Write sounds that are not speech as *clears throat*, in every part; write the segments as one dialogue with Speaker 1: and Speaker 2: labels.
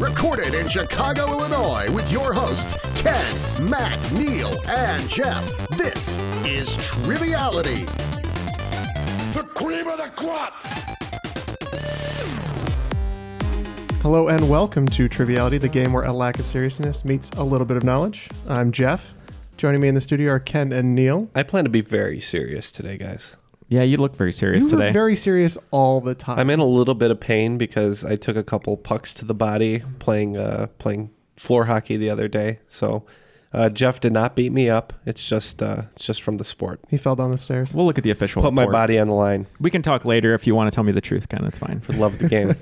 Speaker 1: Recorded in Chicago, Illinois, with your hosts, Ken, Matt, Neil, and Jeff. This is Triviality. The cream of the crop!
Speaker 2: Hello and welcome to Triviality, the game where a lack of seriousness meets a little bit of knowledge. I'm Jeff. Joining me in the studio are Ken and Neil.
Speaker 3: I plan to be very serious today, guys.
Speaker 4: Yeah, you look very serious
Speaker 2: you
Speaker 4: today.
Speaker 2: were very serious all the time.
Speaker 3: I'm in a little bit of pain because I took a couple pucks to the body playing uh, playing floor hockey the other day. So uh, Jeff did not beat me up. It's just uh, it's just from the sport.
Speaker 2: he fell down the stairs.
Speaker 4: we'll look at the official.
Speaker 3: Put my
Speaker 4: report.
Speaker 3: body on the line
Speaker 4: We can talk later if you want to tell me the truth, Ken. That's fine.
Speaker 3: for the love of the
Speaker 4: *laughs*
Speaker 3: game.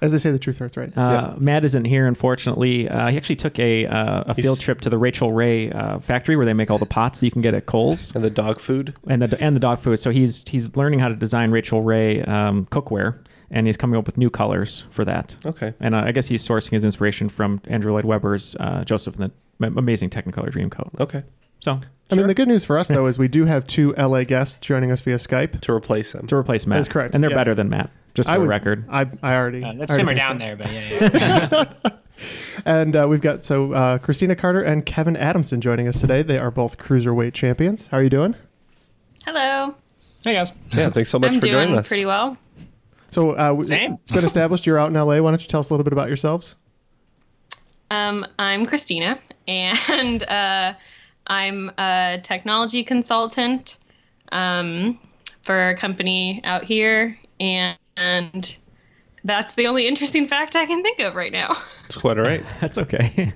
Speaker 2: As they say, the truth hurts, right?
Speaker 4: Uh, Matt isn't here, unfortunately. Uh, he actually took a uh, a field trip to the Rachel Ray uh, factory where they make all the pots that you can get at Kohl's
Speaker 3: and the dog food.
Speaker 4: and the and the dog food. So he's he's learning how to design Rachel Ray um, cookware, and he's coming up with new colors for that.
Speaker 3: Okay.
Speaker 4: And uh, I guess he's sourcing his inspiration from Andrew Lloyd Webber's uh, Joseph and the M- Amazing Technicolor Dreamcoat.
Speaker 3: Okay.
Speaker 4: So
Speaker 2: I mean, the good news for us, though, is we do have two LA guests joining us via Skype.
Speaker 3: To replace him.
Speaker 4: to replace Matt,
Speaker 2: That's correct.
Speaker 4: And they're
Speaker 2: Yeah.
Speaker 4: better than Matt, just for
Speaker 2: would-
Speaker 4: the record.
Speaker 2: I, I already.
Speaker 5: Uh, let's
Speaker 2: I already
Speaker 5: simmer down
Speaker 2: think so.
Speaker 5: there, but yeah, yeah.
Speaker 2: *laughs* And uh, we've got so uh, Christina Carter and Kevin Adamson joining us today. They are both cruiserweight champions. How are you doing?
Speaker 6: Hello.
Speaker 5: hey guys.
Speaker 3: Yeah. Thanks so much
Speaker 6: I'm
Speaker 3: for joining
Speaker 6: doing
Speaker 3: us.
Speaker 6: pretty well.
Speaker 2: So uh, w-
Speaker 5: Same.
Speaker 2: it's been established you're out in LA. Why don't you tell us a little bit about yourselves?
Speaker 6: Um, I'm Christina, and *laughs* uh, I'm a technology consultant um, for a company out here, and, and that's the only interesting fact I can think of right now.
Speaker 3: That's quite all right.
Speaker 4: *laughs* That's okay.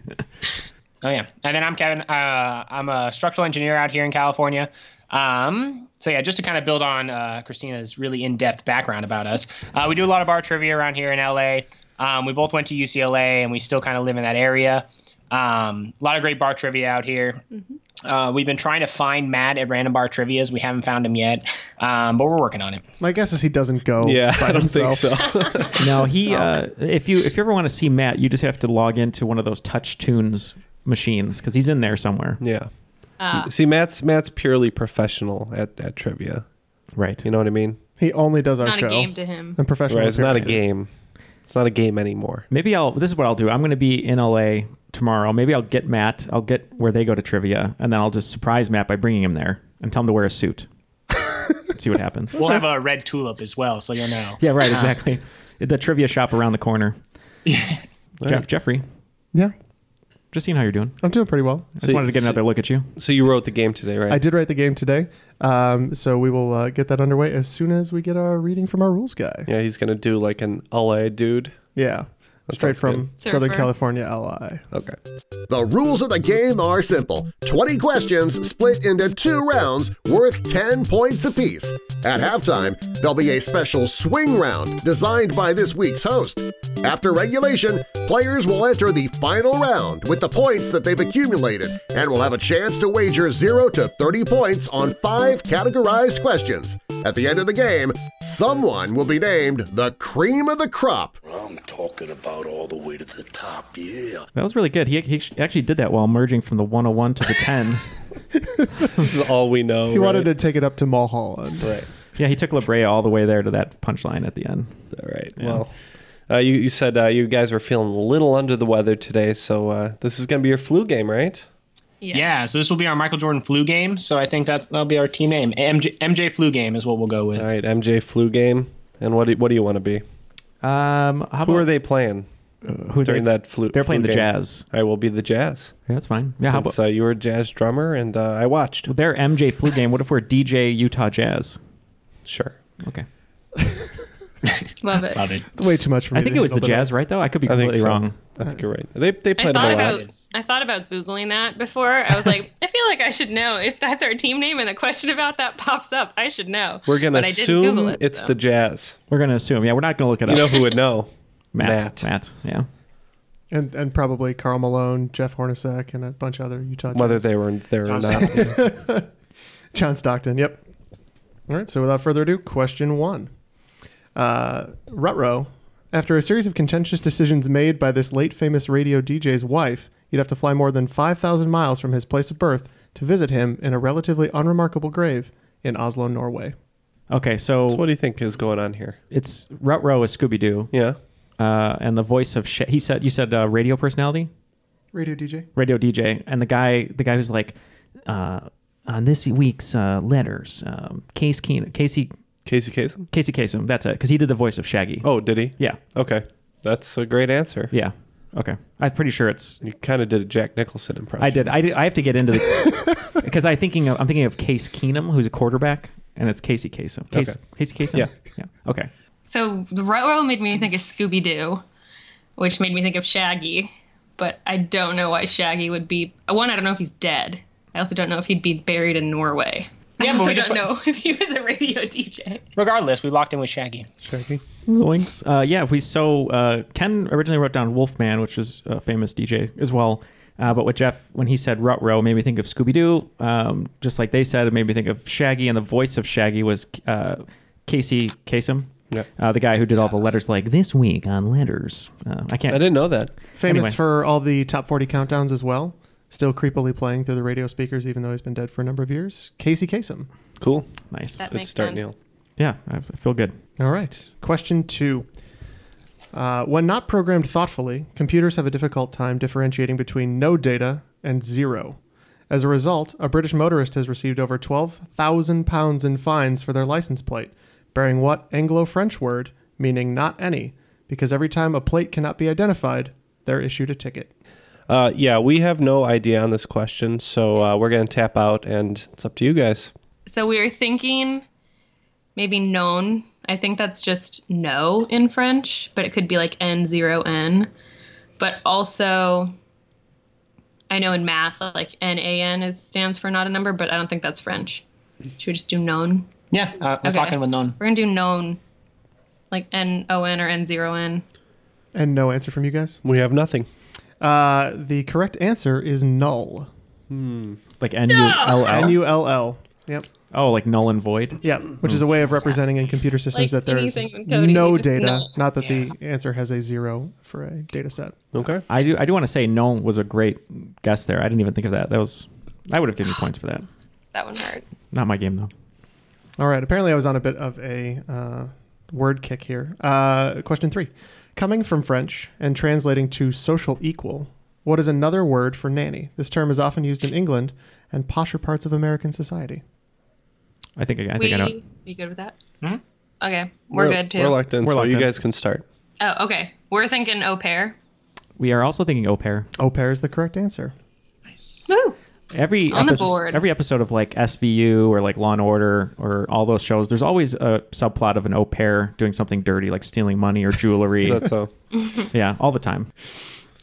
Speaker 5: Oh yeah. And then I'm Kevin. Uh, I'm a structural engineer out here in California. Um, so yeah, just to kind of build on uh, Christina's really in-depth background about us, uh, we do a lot of bar trivia around here in LA. Um, we both went to UCLA, and we still kind of live in that area. Um, a lot of great bar trivia out here. Uh, we've been trying to find Matt at Random Bar Trivia's. We haven't found him yet, um, but we're working on it.
Speaker 2: My guess is he doesn't go.
Speaker 3: Yeah.
Speaker 2: Oh, by
Speaker 3: I don't think
Speaker 2: himself.
Speaker 3: so. *laughs*
Speaker 4: No, he.
Speaker 3: Oh.
Speaker 4: Uh, if you if you ever want to see Matt, you just have to log into one of those Touch Tunes machines because he's in there somewhere.
Speaker 3: yeah. See, Matt's Matt's purely professional at, at trivia.
Speaker 4: Right.
Speaker 3: You know what I mean?
Speaker 2: He only does our
Speaker 6: Not
Speaker 2: show.
Speaker 6: a game to him.
Speaker 2: and professional.
Speaker 3: Right. It's not a
Speaker 2: appearances.
Speaker 3: game. It's not a game anymore.
Speaker 4: Maybe I'll. This is what I'll do. I'm going to be in LA tomorrow. Maybe I'll get Matt. I'll get where they go to trivia, and then I'll just surprise Matt by bringing him there and tell him to wear
Speaker 3: *laughs*
Speaker 4: a suit. see what happens.
Speaker 5: *laughs* We'll have a red tulip as well, so you'll know.
Speaker 4: Yeah.
Speaker 3: *laughs*
Speaker 4: Right.
Speaker 5: *laughs*
Speaker 4: Exactly. The trivia shop around the corner. Jeff Jeffrey,
Speaker 2: Yeah,
Speaker 4: just seeing how you're doing.
Speaker 2: I'm doing pretty well.
Speaker 4: I just wanted to get another look at you.
Speaker 3: So you wrote the game today, right?
Speaker 2: I did write the game today, um, so we will uh, get that underway as soon as we get our reading from our rules guy.
Speaker 3: Yeah, he's gonna do like an LA dude.
Speaker 2: Yeah, straight
Speaker 3: sounds
Speaker 2: from
Speaker 6: good.
Speaker 2: Southern
Speaker 6: Surfer.
Speaker 2: California LI.
Speaker 3: Okay. *laughs*
Speaker 1: The rules of the game are simple 20 questions split into two rounds worth 10 points apiece. At halftime, there'll be a special swing round designed by this week's host. After regulation, players will enter the final round with the points that they've accumulated and will have a chance to wager 0 to 30 points on five categorized questions. At the end of the game, someone will be named the cream of the crop.
Speaker 7: I'm talking about all the way to the top, yeah.
Speaker 4: That was really good. He, he actually did that while merging from the
Speaker 3: *laughs*
Speaker 4: 101 to the 10.
Speaker 3: This is all we know.
Speaker 2: He wanted to take it up to Mulholland.
Speaker 3: right.
Speaker 4: yeah, he took La Brea all the way there to that punchline at the end.
Speaker 3: All right. Well, uh, you you said uh, you guys were feeling a little under the weather today, so uh, this is going to be your flu game, right?
Speaker 6: Yeah.
Speaker 5: Yeah, so this will be our Michael Jordan flu game. So I think that's that'll be our team name. MJ, MJ flu game is what we'll go with.
Speaker 3: All right, MJ flu game. And what do, what do you want to be?
Speaker 4: Um, how
Speaker 3: Who
Speaker 4: about- Uh,
Speaker 3: are they playing
Speaker 4: who
Speaker 3: during
Speaker 4: they,
Speaker 3: that flu?
Speaker 4: They're playing
Speaker 3: flu
Speaker 4: the
Speaker 3: game?
Speaker 4: Jazz.
Speaker 3: I will be the Jazz.
Speaker 4: Yeah, that's fine. Yeah, how about
Speaker 3: Since, uh, you were a jazz drummer, and uh, I watched.
Speaker 4: their MJ flu game? What if we're DJ Utah Jazz?
Speaker 3: Sure. *laughs*
Speaker 4: Okay.
Speaker 6: Love it.
Speaker 5: Love it.
Speaker 2: It's way too much for me.
Speaker 4: I think
Speaker 2: to
Speaker 4: it was the
Speaker 2: handle
Speaker 4: Jazz, right? Though I could be
Speaker 3: I think
Speaker 4: completely
Speaker 3: so.
Speaker 4: wrong.
Speaker 3: I think you're right. They they
Speaker 6: I
Speaker 3: played them
Speaker 6: thought
Speaker 3: a
Speaker 6: about
Speaker 3: lot.
Speaker 6: I thought about googling that before. I was like, I feel like I should know if that's our team name and a question about that pops up. I should know.
Speaker 3: We're gonna
Speaker 6: But I didn't
Speaker 3: assume
Speaker 6: Google it,
Speaker 3: it's
Speaker 6: so.
Speaker 3: the Jazz.
Speaker 4: We're gonna assume. Yeah, we're not gonna look it
Speaker 3: You
Speaker 4: up.
Speaker 3: know who would know?
Speaker 4: *laughs* Matt.
Speaker 3: Matt.
Speaker 4: Yeah.
Speaker 2: And and probably Carl Malone, Jeff Hornacek, and a bunch of other Utah.
Speaker 3: Whether they were there or not.
Speaker 2: *laughs* John Stockton. Yep. All right. So without further ado, question one. Uh, Rutrow, after a series of contentious decisions made by this late famous radio DJ's wife, you'd have to fly more than 5,000 miles from his place of birth to visit him in a relatively unremarkable grave in Oslo, Norway.
Speaker 4: Okay, so,
Speaker 3: So what do you think is going on here?
Speaker 4: it's Rut Row is Scooby Doo,
Speaker 3: Yeah.
Speaker 4: uh, and the voice of Sha he said you said uh, radio personality.
Speaker 2: Radio DJ?
Speaker 4: radio DJ, and the guy, the guy who's like, uh, on this week's uh, letters, um, Case Keen, Casey,
Speaker 3: Casey Kasem.
Speaker 4: Casey Kasem. That's it, because he did the voice of Shaggy.
Speaker 3: Oh, did he?
Speaker 4: yeah,
Speaker 3: Okay, that's a great answer.
Speaker 4: yeah. Okay, I'm pretty sure it's.
Speaker 3: You kind of did a Jack Nicholson impression.
Speaker 4: I did. I did. I have to get into the
Speaker 3: *laughs*
Speaker 4: *laughs* because I'm thinking. Of, I'm thinking of Case Keenum, who's a quarterback, and it's Casey Kasem. Case,
Speaker 3: Okay.
Speaker 4: Casey Kasem.
Speaker 3: Yeah.
Speaker 4: Yeah. Okay.
Speaker 6: So the Rutrow made me think of Scooby Doo, which made me think of Shaggy, but I don't know why Shaggy would be. One, I don't know if he's dead. I also don't know if he'd be buried in Norway.
Speaker 5: Yeah, but
Speaker 6: I also
Speaker 5: we
Speaker 6: don't
Speaker 5: just went-
Speaker 6: know *laughs* if he was a radio DJ.
Speaker 5: Regardless, we locked in with Shaggy.
Speaker 3: Shaggy.
Speaker 4: Zoinks. Uh, yeah, if we so uh, Ken originally wrote down Wolfman, which was a famous DJ as well. Uh, but what Jeff, when he said Rut Row, made me think of Scooby Doo. Um, just like they said, it made me think of Shaggy, and the voice of Shaggy was uh, Casey Kasem,
Speaker 3: Yeah.
Speaker 4: uh, the guy who did all the letters. Like this week on letters, uh, I
Speaker 3: I
Speaker 4: can't.
Speaker 3: didn't know that.
Speaker 2: Famous
Speaker 4: Anyway.
Speaker 2: for all the top 40 countdowns as well. Still creepily playing through the radio speakers, even though he's been dead for a number of years. Casey Kasem.
Speaker 3: Cool.
Speaker 4: Nice.
Speaker 6: That
Speaker 3: Good
Speaker 6: makes
Speaker 3: start,
Speaker 6: sense.
Speaker 3: Neil.
Speaker 4: Yeah, I I feel good.
Speaker 2: All right. Question two. Uh, when not programmed thoughtfully, computers have a difficult time differentiating between no data and zero. As a result, a British motorist has received over 12,000 pounds in fines for their license plate, bearing what Anglo French word meaning not any, because every time a plate cannot be identified, they're issued a ticket.
Speaker 3: Uh, yeah, we have no idea on this question, so uh, we're gonna tap out, and it's up to you guys.
Speaker 6: So we were thinking maybe known. I think that's just no in French, but it could be like N0N. But also, I know in math, like NAN is, stands for not a number, but I don't think that's French. Should we just do known?
Speaker 5: Yeah, uh, let's
Speaker 6: Okay.
Speaker 5: lock in with none.
Speaker 6: We're going to do known, like N-O-N or N0N.
Speaker 2: And no answer from you guys?
Speaker 3: We have nothing.
Speaker 2: Uh, the correct answer is null.
Speaker 3: Hmm.
Speaker 4: Like N U L
Speaker 2: N
Speaker 4: L.
Speaker 2: U L L. Yep.
Speaker 4: Oh, like null and void.
Speaker 2: Yeah,
Speaker 3: Hmm.
Speaker 2: which is a way of representing in computer systems
Speaker 6: Like
Speaker 2: that there is
Speaker 6: anything with coding,
Speaker 2: no
Speaker 6: you just
Speaker 2: data.
Speaker 6: know.
Speaker 2: Not that the answer has a zero for a data set.
Speaker 3: Okay.
Speaker 4: I do. I do want to say no was a great guess there. I didn't even think of that. That was. I would have given you points for that.
Speaker 6: *sighs* That one hurt.
Speaker 4: Not my game though.
Speaker 2: All right, apparently I was on a bit of a uh, word kick here. Uh, question three. Coming from French and translating to social equal, what is another word for nanny? This term is often used in England and posher parts of American society.
Speaker 4: I think I, I
Speaker 6: we,
Speaker 4: think I know.
Speaker 6: you good with that? Okay, we're, good too.
Speaker 3: We're locked in,
Speaker 4: We're
Speaker 3: so
Speaker 4: locked
Speaker 3: you
Speaker 4: in.
Speaker 3: guys can start.
Speaker 6: oh, okay. We're thinking au pair.
Speaker 4: We are also thinking au pair.
Speaker 2: Au pair is the correct answer.
Speaker 6: Woo!
Speaker 4: Every
Speaker 6: On the
Speaker 4: epis-
Speaker 6: board.
Speaker 4: every episode of like SVU or like Law and Order or all those shows, there's always a subplot of an au pair doing something dirty, like stealing money or
Speaker 3: *laughs*
Speaker 4: jewelry.
Speaker 3: Is that so?
Speaker 4: *laughs* yeah, all the time.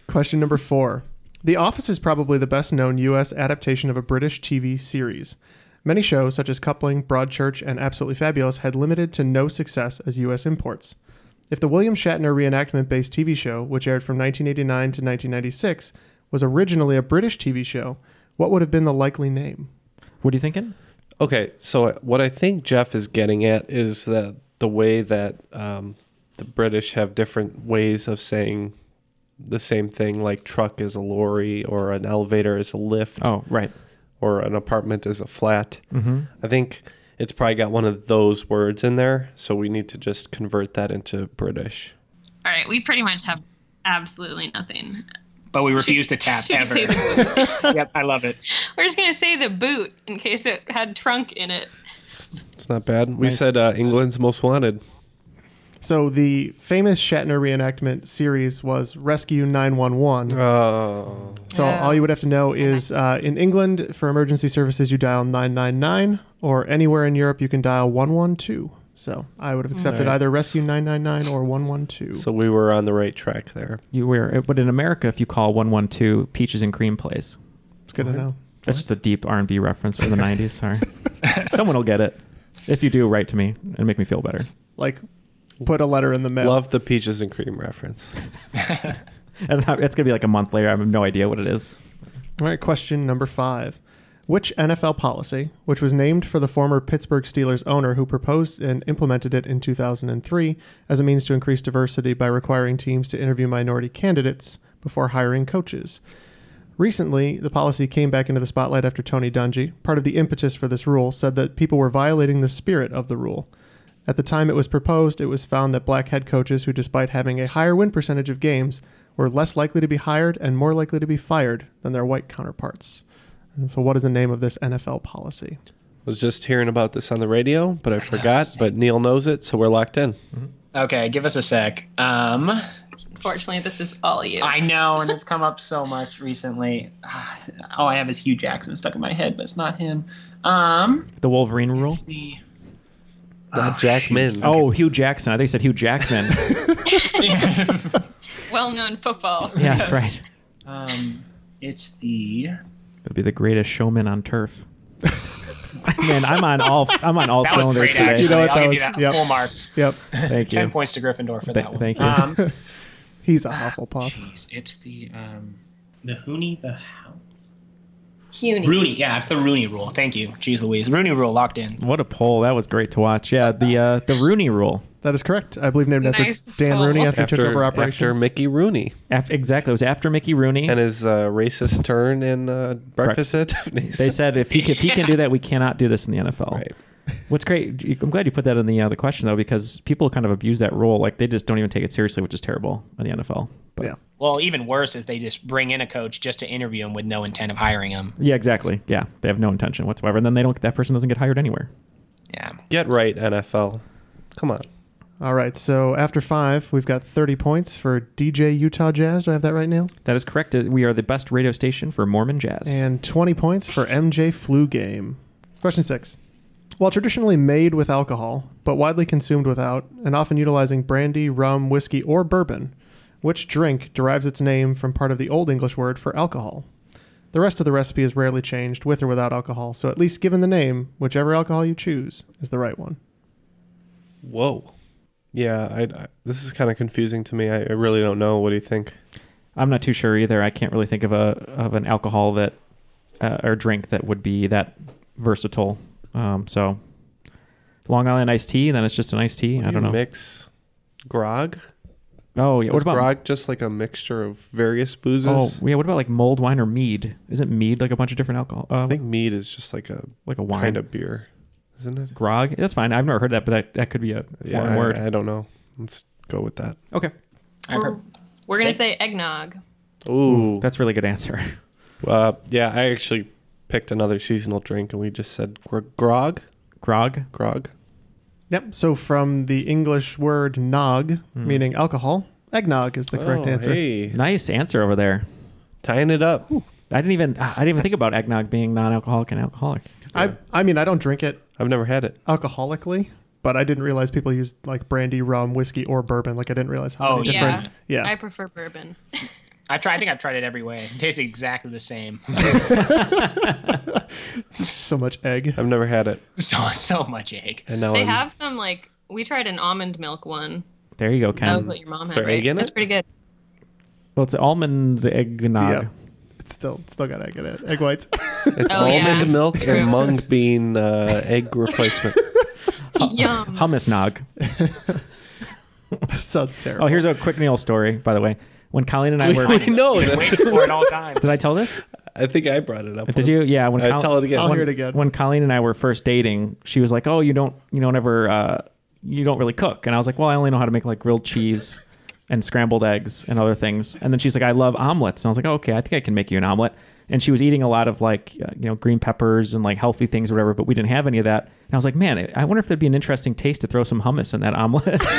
Speaker 2: Question number four. The Office is probably the best known U.S. adaptation of a British TV series. Many shows, such as Coupling, Broadchurch, and Absolutely Fabulous, had limited to no success as U.S. imports. If the William Shatner reenactment based TV show, which aired from 1989 to 1996, was originally a British TV show, what would have been the likely name?
Speaker 4: What are you thinking?
Speaker 3: Okay, so what I think Jeff is getting at is that the way that um, the British have different ways of saying the same thing, like truck is a lorry, or an elevator is a lift,
Speaker 4: Oh, right.
Speaker 3: or an apartment is a flat. Mm-hmm. I think it's probably got one of those words in there, so we need to just convert that into British.
Speaker 6: All right, we pretty much have absolutely nothing.
Speaker 5: but we refuse to tap
Speaker 6: Should we
Speaker 5: *laughs* ever.
Speaker 6: say the boot?
Speaker 5: yep, I love it.
Speaker 6: We're just gonna say the boot in case it had trunk in it.
Speaker 3: It's not bad. We said uh, England's most wanted.
Speaker 2: So the famous Shatner reenactment series was Rescue 911.
Speaker 3: Oh,
Speaker 2: So all you would have to know is uh, in England, for emergency services, you dial 999, or anywhere in Europe, you can dial 112. So I would have accepted
Speaker 3: Right.
Speaker 2: either Rescue 999 or 112.
Speaker 3: so we were on the right track there.
Speaker 4: You were, but in America, if you call one one two peaches and cream place,
Speaker 2: it's good to know.
Speaker 4: that's just a deep R and B
Speaker 3: *laughs*
Speaker 4: reference for the '90s. Sorry, someone will get it. If you do, write to me and make me feel better.
Speaker 2: Like, put a letter in the mail.
Speaker 3: Love the peaches and cream reference.
Speaker 4: And that- it's gonna be like a month later. I have no idea what it is.
Speaker 2: All right, question number five. Which NFL policy, which was named for the former Pittsburgh Steelers owner who proposed and implemented it in 2003 as a means to increase diversity by requiring teams to interview minority candidates before hiring coaches? Recently, the policy came back into the spotlight after Tony Dungy, part of the impetus for this rule, said that people were violating the spirit of the rule. At the time it was proposed, it was found that black head coaches who, despite having a higher win percentage of games, were less likely to be hired and more likely to be fired than their white counterparts. And so, what is the name of this NFL policy?
Speaker 3: was just hearing about this on the radio, but I forgot. But Neil knows it, so we're locked in.
Speaker 5: Okay, give us a sec. Um,
Speaker 6: Unfortunately, this is all you.
Speaker 5: I know, and it's come up so much recently. *sighs* Ah, All I have is Hugh Jackson stuck in my head, but it's not him. Um,
Speaker 4: The Wolverine rule.
Speaker 5: the-
Speaker 2: Ah,
Speaker 3: Not Jackman.
Speaker 4: Oh, Hugh Jackson. I think he said Hugh
Speaker 2: *laughs*
Speaker 4: Jackman.
Speaker 6: Well-known football.
Speaker 4: yeah, that's right.
Speaker 5: *laughs* um, it's the.
Speaker 4: That'd be the greatest showman on turf. *laughs* Man, I'm on all I'm on all
Speaker 5: That was
Speaker 4: cylinders
Speaker 5: great,
Speaker 4: today.
Speaker 5: actually.
Speaker 2: You know what,
Speaker 5: I'll
Speaker 2: that
Speaker 5: give
Speaker 2: was-
Speaker 5: you that
Speaker 2: yep.
Speaker 5: full marks. *laughs*
Speaker 2: Yep,
Speaker 4: Thank you.
Speaker 5: Ten points to Gryffindor for
Speaker 4: Th-
Speaker 5: that one.
Speaker 4: thank you.
Speaker 5: Um,
Speaker 2: he's a Hufflepuff.
Speaker 5: jeez, it's the um, the Hooney the how?
Speaker 6: CUNY.
Speaker 5: Rooney. Yeah, it's the Rooney rule. Thank you. Jeez Louise, Rooney rule locked in.
Speaker 4: What a poll! That was great to watch. Yeah, the uh, the Rooney rule.
Speaker 2: That is correct. I believe named
Speaker 6: Nice
Speaker 2: after Dan
Speaker 6: follow-up.
Speaker 2: Rooney after, he took
Speaker 3: Oh, after
Speaker 2: over
Speaker 3: after
Speaker 2: operations.
Speaker 3: Mickey Rooney
Speaker 4: Af exactly, it was after Mickey Rooney.
Speaker 3: and his uh, racist turn in uh, Breakfast at Tiffany's.
Speaker 4: they said if he can, if
Speaker 3: *laughs*
Speaker 4: he can do that, we cannot do this in the NFL.
Speaker 3: Right.
Speaker 4: What's great? I'm glad you put that in the uh, the question though, because people kind of abuse that rule. Like they just don't even take it seriously, which is terrible in the NFL. But,
Speaker 2: yeah.
Speaker 5: Well, even worse is they just bring in a coach just to interview him with no intent of hiring him.
Speaker 4: yeah, exactly. Yeah, they have no intention whatsoever, and then they don't. That person doesn't get hired anywhere.
Speaker 5: Yeah.
Speaker 3: Get right, NFL. Come on.
Speaker 2: All right, so after five, we've got 30 points for DJ Utah Jazz. Do I have that right now?
Speaker 4: That is correct. Uh, We are the best radio station for Mormon jazz.
Speaker 2: And 20 points for MJ Flu Game. Question six. While traditionally made with alcohol, but widely consumed without, and often utilizing brandy, rum, whiskey, or bourbon, which drink derives its name from part of the Old English word for alcohol? The rest of the recipe is rarely changed with or without alcohol, so at least given the name, whichever alcohol you choose is the right one.
Speaker 3: Whoa. Yeah, I, I- this is kind of confusing to me. I, I really don't know. What do you think?
Speaker 4: I'm not too sure either. I can't really think of a of an alcohol that uh, or drink that would be that versatile. Um, so Long Island iced tea, then it's just an iced tea. I don't know.
Speaker 3: Mix grog.
Speaker 4: oh yeah, what
Speaker 3: Is
Speaker 4: about
Speaker 3: grog? Just like a mixture of various boozes.
Speaker 4: oh yeah, what about like mulled wine or mead? Isn't mead like a bunch of different alcohol? Uh,
Speaker 3: I think mead is just like a
Speaker 4: like a wine
Speaker 3: kind of beer, isn't it?
Speaker 4: grog. That's fine. I've never heard that, but that, that could be a
Speaker 3: Yeah,
Speaker 4: foreign
Speaker 3: I-
Speaker 4: word.
Speaker 3: I don't know. Let's go with that.
Speaker 4: okay,
Speaker 5: I per-
Speaker 6: We're gonna say eggnog.
Speaker 3: Ooh,
Speaker 4: that's a really good answer. *laughs*
Speaker 3: Uh, yeah, I actually picked another seasonal drink, and we just said gr- grog,
Speaker 4: grog.
Speaker 3: grog.
Speaker 2: Yep, so from the English word nog, meaning alcohol, eggnog is the correct
Speaker 3: Hmm. Oh,
Speaker 2: answer.
Speaker 3: Hey,
Speaker 4: Nice answer over there.
Speaker 3: tying it up.
Speaker 4: I didn't even I didn't even think about eggnog being non-alcoholic and alcoholic.
Speaker 2: I, I mean, I don't drink it
Speaker 3: I've never had it.
Speaker 2: alcoholically, but I didn't realize people used like brandy, rum, whiskey, or bourbon. Like I didn't realize how
Speaker 5: Oh,
Speaker 2: many
Speaker 5: yeah.
Speaker 2: different. Yeah.
Speaker 6: I prefer bourbon.
Speaker 5: I've tried. I think I've tried it every way. It tastes exactly
Speaker 4: *laughs*
Speaker 5: the same. *laughs*
Speaker 2: so much egg.
Speaker 3: I've never had it,
Speaker 5: so so much egg.
Speaker 3: and now
Speaker 6: They
Speaker 3: I'm
Speaker 6: have some like we tried an almond milk one.
Speaker 4: There you go,
Speaker 6: That
Speaker 4: Ken.
Speaker 6: was what your mom
Speaker 3: is
Speaker 6: had,
Speaker 3: there
Speaker 6: right?
Speaker 3: egg in
Speaker 6: That's
Speaker 3: it?
Speaker 6: pretty good.
Speaker 4: Well, it's almond eggnog.
Speaker 2: Yeah. It's still it's still got egg in it. Egg whites.
Speaker 3: It's
Speaker 6: Oh, yeah.
Speaker 3: almond milk
Speaker 6: True.
Speaker 3: and mung bean uh, egg
Speaker 4: *laughs*
Speaker 3: replacement.
Speaker 6: Yum.
Speaker 4: Hummus nog.
Speaker 2: that sounds terrible.
Speaker 4: Oh, here's a quick Neil story, by the way. When Colleen and I
Speaker 3: *laughs*
Speaker 4: were,
Speaker 3: I know.
Speaker 5: Been
Speaker 3: that-
Speaker 5: waiting for it all the time.
Speaker 4: did I tell this?
Speaker 3: I think I brought it up.
Speaker 4: Did you?
Speaker 3: once.
Speaker 4: Yeah. When
Speaker 3: I
Speaker 4: Col-
Speaker 3: tell it again.
Speaker 2: I'll
Speaker 3: One-
Speaker 2: hear it again.
Speaker 4: When Colleen and I were first dating, she was like, "Oh, you don't, you don't ever, uh, you don't really cook." And I was like, "Well, I only know how to make like
Speaker 3: *laughs*
Speaker 4: grilled cheese and scrambled eggs and other things." And then she's like, "I love omelets." And I was like, oh, "Okay, I think I can make you an omelet." And she was eating a lot of like, uh, you know, green peppers and like healthy things or whatever, but we didn't have any of that. And I was like, "Man, I- I wonder if there'd be an interesting taste to throw some hummus in that omelet." *laughs*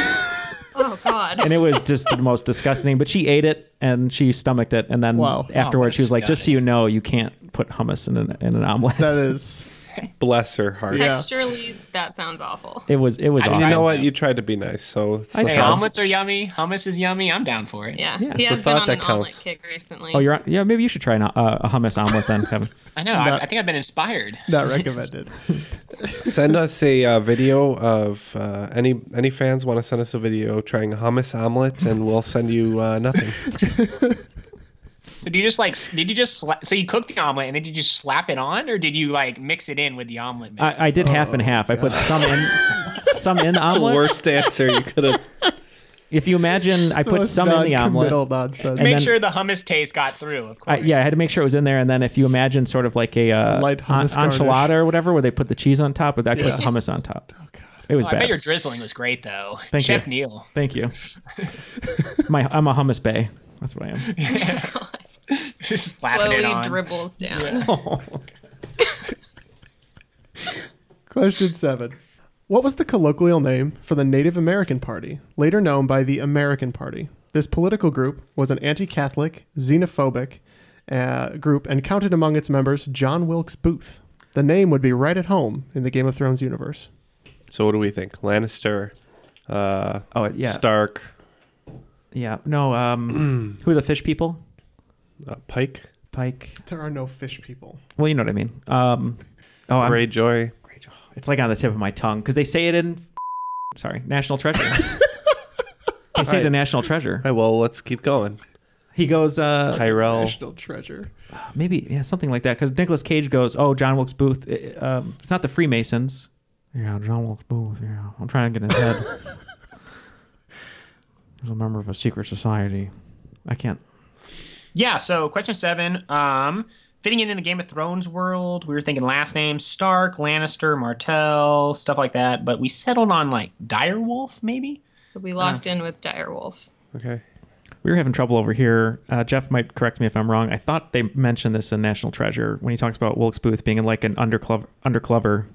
Speaker 6: Oh God.
Speaker 4: and it was just the most disgusting thing. But she ate it and she stomached it, and then
Speaker 2: Wow.
Speaker 4: afterwards she was like,
Speaker 5: Hummus,
Speaker 4: "Just so you know, you can't put hummus in an, in an omelet." *laughs*
Speaker 2: That is
Speaker 3: Bless her heart.
Speaker 2: Yeah.
Speaker 6: Texturally, that sounds awful.
Speaker 4: It was. It was.
Speaker 5: I
Speaker 4: awful.
Speaker 5: mean,
Speaker 3: You know what? You tried to be nice, so it's
Speaker 4: I
Speaker 3: the
Speaker 5: Hey,
Speaker 4: tried.
Speaker 3: thought-
Speaker 5: omelets are yummy. Hummus is yummy. I'm down for it.
Speaker 6: Yeah.
Speaker 4: Yeah,
Speaker 6: he
Speaker 4: so
Speaker 6: has been
Speaker 3: thought
Speaker 6: on
Speaker 3: that
Speaker 6: an omelet
Speaker 3: counts.
Speaker 6: kick recently.
Speaker 4: Oh, you're on. Yeah, maybe you should try an, uh, a hummus omelet then, Kevin.
Speaker 5: I know. I, I think I've
Speaker 4: *laughs*
Speaker 5: been inspired. *laughs*
Speaker 2: not recommended.
Speaker 3: Send us a uh, video of uh, any any fans want to send us a video trying a hummus omelet, and we'll send you uh, nothing.
Speaker 5: So do you just like? s- Did you just? Sla- so you cooked the omelet and then did you slap it on, or did you like mix it in with the omelet? Mix?
Speaker 4: I, I did half
Speaker 2: Oh,
Speaker 4: and half. I put some in,
Speaker 3: *laughs*
Speaker 4: some in the
Speaker 3: the
Speaker 4: omelet.
Speaker 3: worst answer you could have.
Speaker 4: If you imagine, I put
Speaker 2: Most
Speaker 4: some in the
Speaker 2: non-committal
Speaker 4: omelet.
Speaker 2: Nonsense.
Speaker 4: And
Speaker 5: Make
Speaker 4: then-
Speaker 5: sure the hummus taste got through. Of
Speaker 4: I,
Speaker 5: course.
Speaker 4: yeah, I had to make sure it was in there, and then if you imagine sort of like a uh,
Speaker 2: Light hummus
Speaker 4: en- enchilada
Speaker 2: garnish.
Speaker 4: or whatever, where they put the cheese on top, but that put
Speaker 2: Yeah.
Speaker 4: hummus on top. It was
Speaker 5: Oh, I
Speaker 4: bad.
Speaker 5: bet your drizzling was great though.
Speaker 4: Thank
Speaker 5: Chef
Speaker 4: you.
Speaker 5: Neil.
Speaker 4: Thank
Speaker 5: *laughs*
Speaker 4: you. My, I'm a hummus bay. That's what I am.
Speaker 5: just slapping it
Speaker 6: Slowly
Speaker 5: on.
Speaker 6: dribbles down.
Speaker 2: Question seven. What was the colloquial name for the Native American Party, later known by the American Party? This political group was an anti Catholic, xenophobic uh, group and counted among its members John Wilkes Booth. The name would be right at home in the Game of Thrones universe.
Speaker 3: *laughs* So what do we think? Lannister. Uh,
Speaker 4: Oh, yeah.
Speaker 3: Stark.
Speaker 4: *laughs* Yeah. No.
Speaker 3: *clears throat*
Speaker 4: Um. who are the fish people?
Speaker 3: Uh, Pike.
Speaker 4: Pike.
Speaker 2: There are no fish people.
Speaker 4: Well, you know what I mean. Um. Oh, I'm,
Speaker 3: Greyjoy.
Speaker 4: It's like on the tip of my tongue because they say it in. Sorry,
Speaker 3: *laughs*
Speaker 4: National Treasure. they say it in National Treasure.
Speaker 3: All right, well, let's keep going.
Speaker 4: He goes, uh,
Speaker 3: Tyrell.
Speaker 2: National treasure.
Speaker 4: maybe yeah, something like that. Because Nicolas Cage goes, "Oh, John Wilkes Booth. uh, Um, it's not the Freemasons." Yeah, John Wilkes Booth. Yeah, I'm trying to get in his *laughs* head. He's a member of a secret society. I can't.
Speaker 5: Yeah. So question seven. Um, fitting in in the Game of Thrones world, we were thinking last names: Stark, Lannister, Martell, stuff like that. But we settled on like Direwolf, maybe.
Speaker 6: So we locked in with Direwolf.
Speaker 3: Okay.
Speaker 4: We were having trouble over here. Uh, Jeff might correct me if I'm wrong. I thought they mentioned this in National Treasure when he talks about Wilkes Booth being like an underclover, underclover,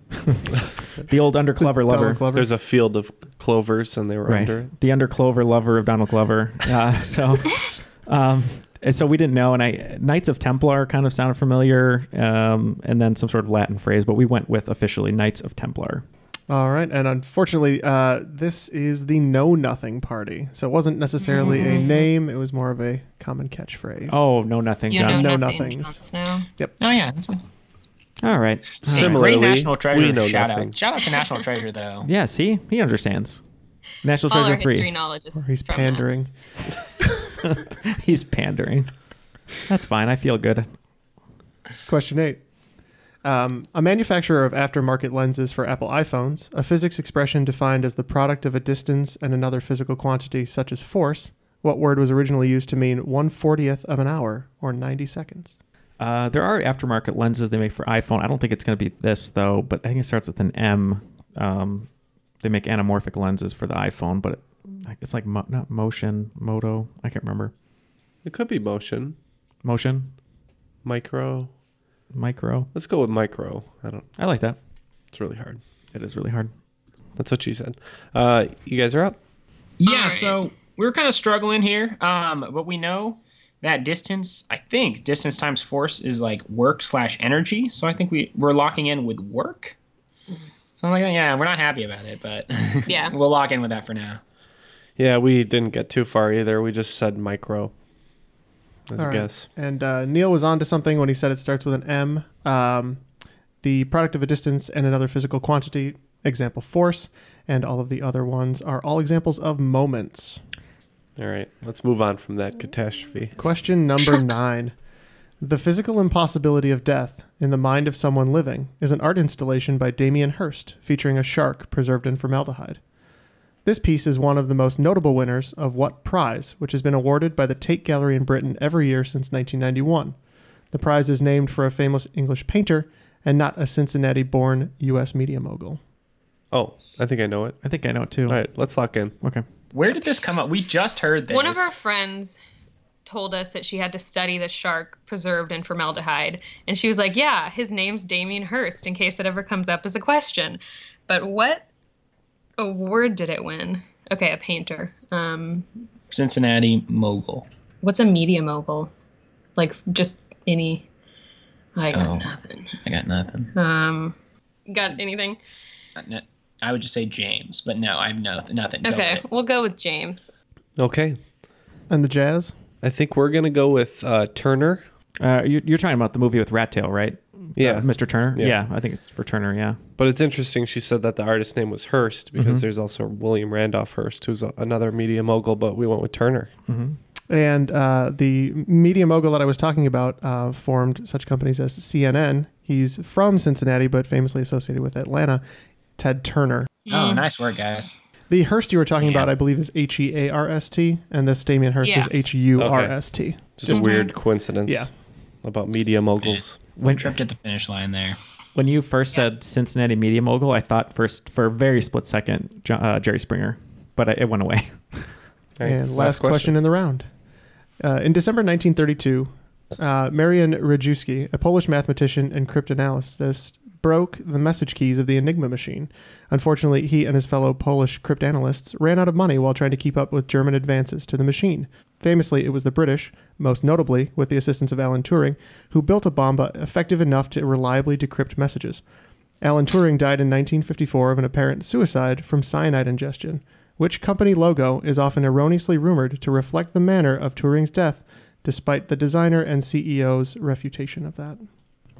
Speaker 4: *laughs* the old underclover lover.
Speaker 2: Donald Glover.
Speaker 3: There's a field of clovers, and they were under it.
Speaker 4: The underclover lover of Donald
Speaker 3: *laughs*
Speaker 4: Glover. Uh, so, um, and so we didn't know. And I Knights of Templar kind of sounded familiar, um, and then some sort of Latin phrase, but we went with officially Knights of Templar.
Speaker 2: All right, and unfortunately, uh, this is the Know Nothing Party. So it wasn't necessarily a
Speaker 6: Mm-hmm.
Speaker 2: name; it was more of a common catchphrase.
Speaker 4: Oh, no, nothing,
Speaker 6: You
Speaker 4: John.
Speaker 6: know
Speaker 2: Know
Speaker 6: nothing.
Speaker 2: nothings.
Speaker 6: Jon Snow.
Speaker 5: Oh yeah. That's
Speaker 4: All right. All right.
Speaker 3: Similarly,
Speaker 5: Great National Treasure
Speaker 3: we know
Speaker 5: shout
Speaker 3: nothing.
Speaker 5: out. Shout out to National Treasure though.
Speaker 4: Yeah. See, he understands. National
Speaker 6: All our
Speaker 4: Treasure
Speaker 6: history
Speaker 4: three.
Speaker 6: knowledge is
Speaker 2: he's
Speaker 6: from *laughs*
Speaker 2: pandering.
Speaker 4: *laughs* He's pandering. That's fine. I feel good.
Speaker 2: Question eight. Um, a manufacturer of aftermarket lenses for Apple iPhones, a physics expression defined as the product of a distance and another physical quantity, such as force, what word was originally used to mean 140th of an hour or 90 seconds?
Speaker 4: Uh, there are aftermarket lenses they make for iPhone. I don't think it's going to be this though, but I think it starts with an M. Um, they make anamorphic lenses for the iPhone, but it, it's like mo- not motion, moto. I can't remember.
Speaker 3: It could be motion.
Speaker 4: Motion,
Speaker 3: Micro.
Speaker 4: micro.
Speaker 3: Let's go with micro. I don't.
Speaker 4: I like that.
Speaker 3: It's really hard.
Speaker 4: It is really hard.
Speaker 3: That's what she said. Uh, you guys are up.
Speaker 5: Yeah,
Speaker 6: Alright.
Speaker 5: so we were kind of struggling here, um, but we know that distance. I think distance times force is like work slash energy. So I think we we're locking in with work. Something like that. Yeah, we're not happy about it, but
Speaker 6: Mm-hmm.
Speaker 5: *laughs*
Speaker 6: Yeah.
Speaker 5: we'll lock in with that for now.
Speaker 3: Yeah, we didn't get too far either. We just said micro. As a
Speaker 2: All right.
Speaker 3: guess.
Speaker 2: And uh, Neil was on to something when he said it starts with an M. Um, the product of a distance and another physical quantity, example force. and all of the other ones are all examples of moments.
Speaker 3: All right, let's move on from that catastrophe.
Speaker 2: Question number nine. The physical impossibility of death in the mind of someone living is an art installation by Damien Hirst featuring a shark preserved in formaldehyde. This piece is one of the most notable winners of What Prize, which has been awarded by the Tate Gallery in Britain every year since 1991. The prize is named for a famous English painter and not a Cincinnati born U.S. media mogul.
Speaker 3: Oh, I think I know it.
Speaker 4: I think I know it too.
Speaker 3: All right, let's lock in.
Speaker 4: Okay.
Speaker 5: Where did this come up? We just heard this.
Speaker 6: One of our friends told us that she had to study the shark preserved in formaldehyde. And she was like, yeah, his name's Damien Hirst, in case that ever comes up as a question. But what award did it win? Okay, a painter. Um,
Speaker 5: Cincinnati mogul.
Speaker 6: what's a media mogul? Like, just any. I got
Speaker 5: Oh.
Speaker 6: nothing.
Speaker 5: I got nothing.
Speaker 6: Um, got anything?
Speaker 5: I would just say James, but no, I have no, nothing. Go
Speaker 6: Okay,
Speaker 5: with it.
Speaker 6: we'll go with James.
Speaker 3: Okay,
Speaker 2: And the jazz?
Speaker 3: I think we're gonna go with uh, Turner.
Speaker 4: Uh, you, you're talking about the movie with Rat Tail, right?
Speaker 3: Yeah,
Speaker 4: Uh, Mr. Turner.
Speaker 3: Yeah.
Speaker 4: yeah, I think it's for Turner. Yeah.
Speaker 3: But it's interesting. She said that the artist's name was Hearst
Speaker 4: Mm-hmm.
Speaker 3: because there's also William Randolph Hearst, who's a, another media mogul. But we went with Turner.
Speaker 2: Mm-hmm. And uh, the media mogul that I was talking about uh, formed such companies as CNN. He's from Cincinnati, but famously associated with Atlanta. Ted Turner.
Speaker 6: Mm.
Speaker 5: Oh, nice work, guys.
Speaker 2: The Hearst you were talking about, I believe, is H E A R S T, and this Damien Hearst
Speaker 6: Yeah.
Speaker 2: is H U R S T.
Speaker 3: Just a weird coincidence.
Speaker 2: Yeah.
Speaker 3: About media moguls.
Speaker 4: When
Speaker 5: Tripped at the finish line there.
Speaker 4: when you first said Cincinnati media mogul, I thought first for a very split second Jo- uh, Jerry Springer, but I, it went away.
Speaker 3: All right,
Speaker 2: and last, question. in the round. Uh, in December 1932, uh, Marian Rejewski, a Polish mathematician and cryptanalyst, broke the message keys of the Enigma machine. Unfortunately, he and his fellow Polish cryptanalysts ran out of money while trying to keep up with German advances to the machine. Famously, it was the British, most notably with the assistance of Alan Turing, who built a bomb effective enough to reliably decrypt messages. Alan Turing died in 1954 of an apparent suicide from cyanide ingestion. Which company logo is often erroneously rumored to reflect the manner of Turing's death, despite the designer and CEO's refutation of that?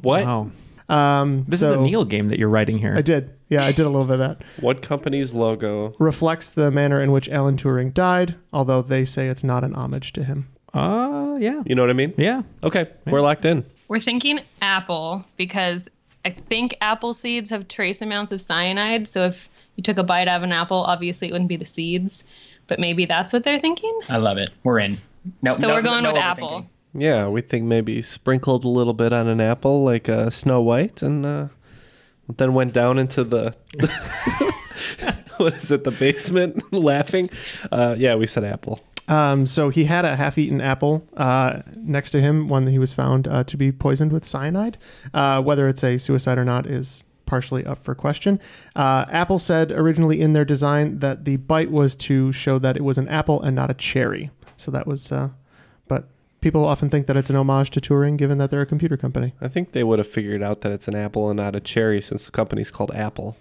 Speaker 3: What?
Speaker 4: Wow.
Speaker 2: Um,
Speaker 4: This is
Speaker 2: so-
Speaker 4: a Neil game that you're writing here.
Speaker 2: I did. Yeah, I did a little bit of that.
Speaker 3: What company's logo?
Speaker 2: Reflects the manner in which Alan Turing died, although they say it's not an homage to him.
Speaker 3: Ah.
Speaker 4: Uh, yeah.
Speaker 3: You know what I mean?
Speaker 4: Yeah.
Speaker 3: Okay, we're locked in.
Speaker 6: We're thinking apple because I think apple seeds have trace amounts of cyanide. So if you took a bite out of an apple, obviously it wouldn't be the seeds, but maybe that's what they're thinking.
Speaker 5: I love it. We're in. No,
Speaker 6: So
Speaker 5: no-
Speaker 6: we're going
Speaker 5: no overthinking.
Speaker 6: with apple.
Speaker 3: Yeah, we think maybe sprinkled a little bit on an apple like uh, Snow White and uh, then went down into the. *laughs* what is it, the basement *laughs* laughing? Uh, yeah, we said apple.
Speaker 2: Um, so he had a half-eaten apple uh, next to him, one that he was found uh, to be poisoned with cyanide. Uh, whether it's a suicide or not is partially up for question. Uh, apple said originally in their design that the bite was to show that it was an apple and not a cherry. So that was, uh, but people often think that it's an homage to Turing, given that they're a computer
Speaker 5: *laughs*
Speaker 2: company.
Speaker 3: I think they would have figured out that it's an apple and not a cherry since the company's called Apple.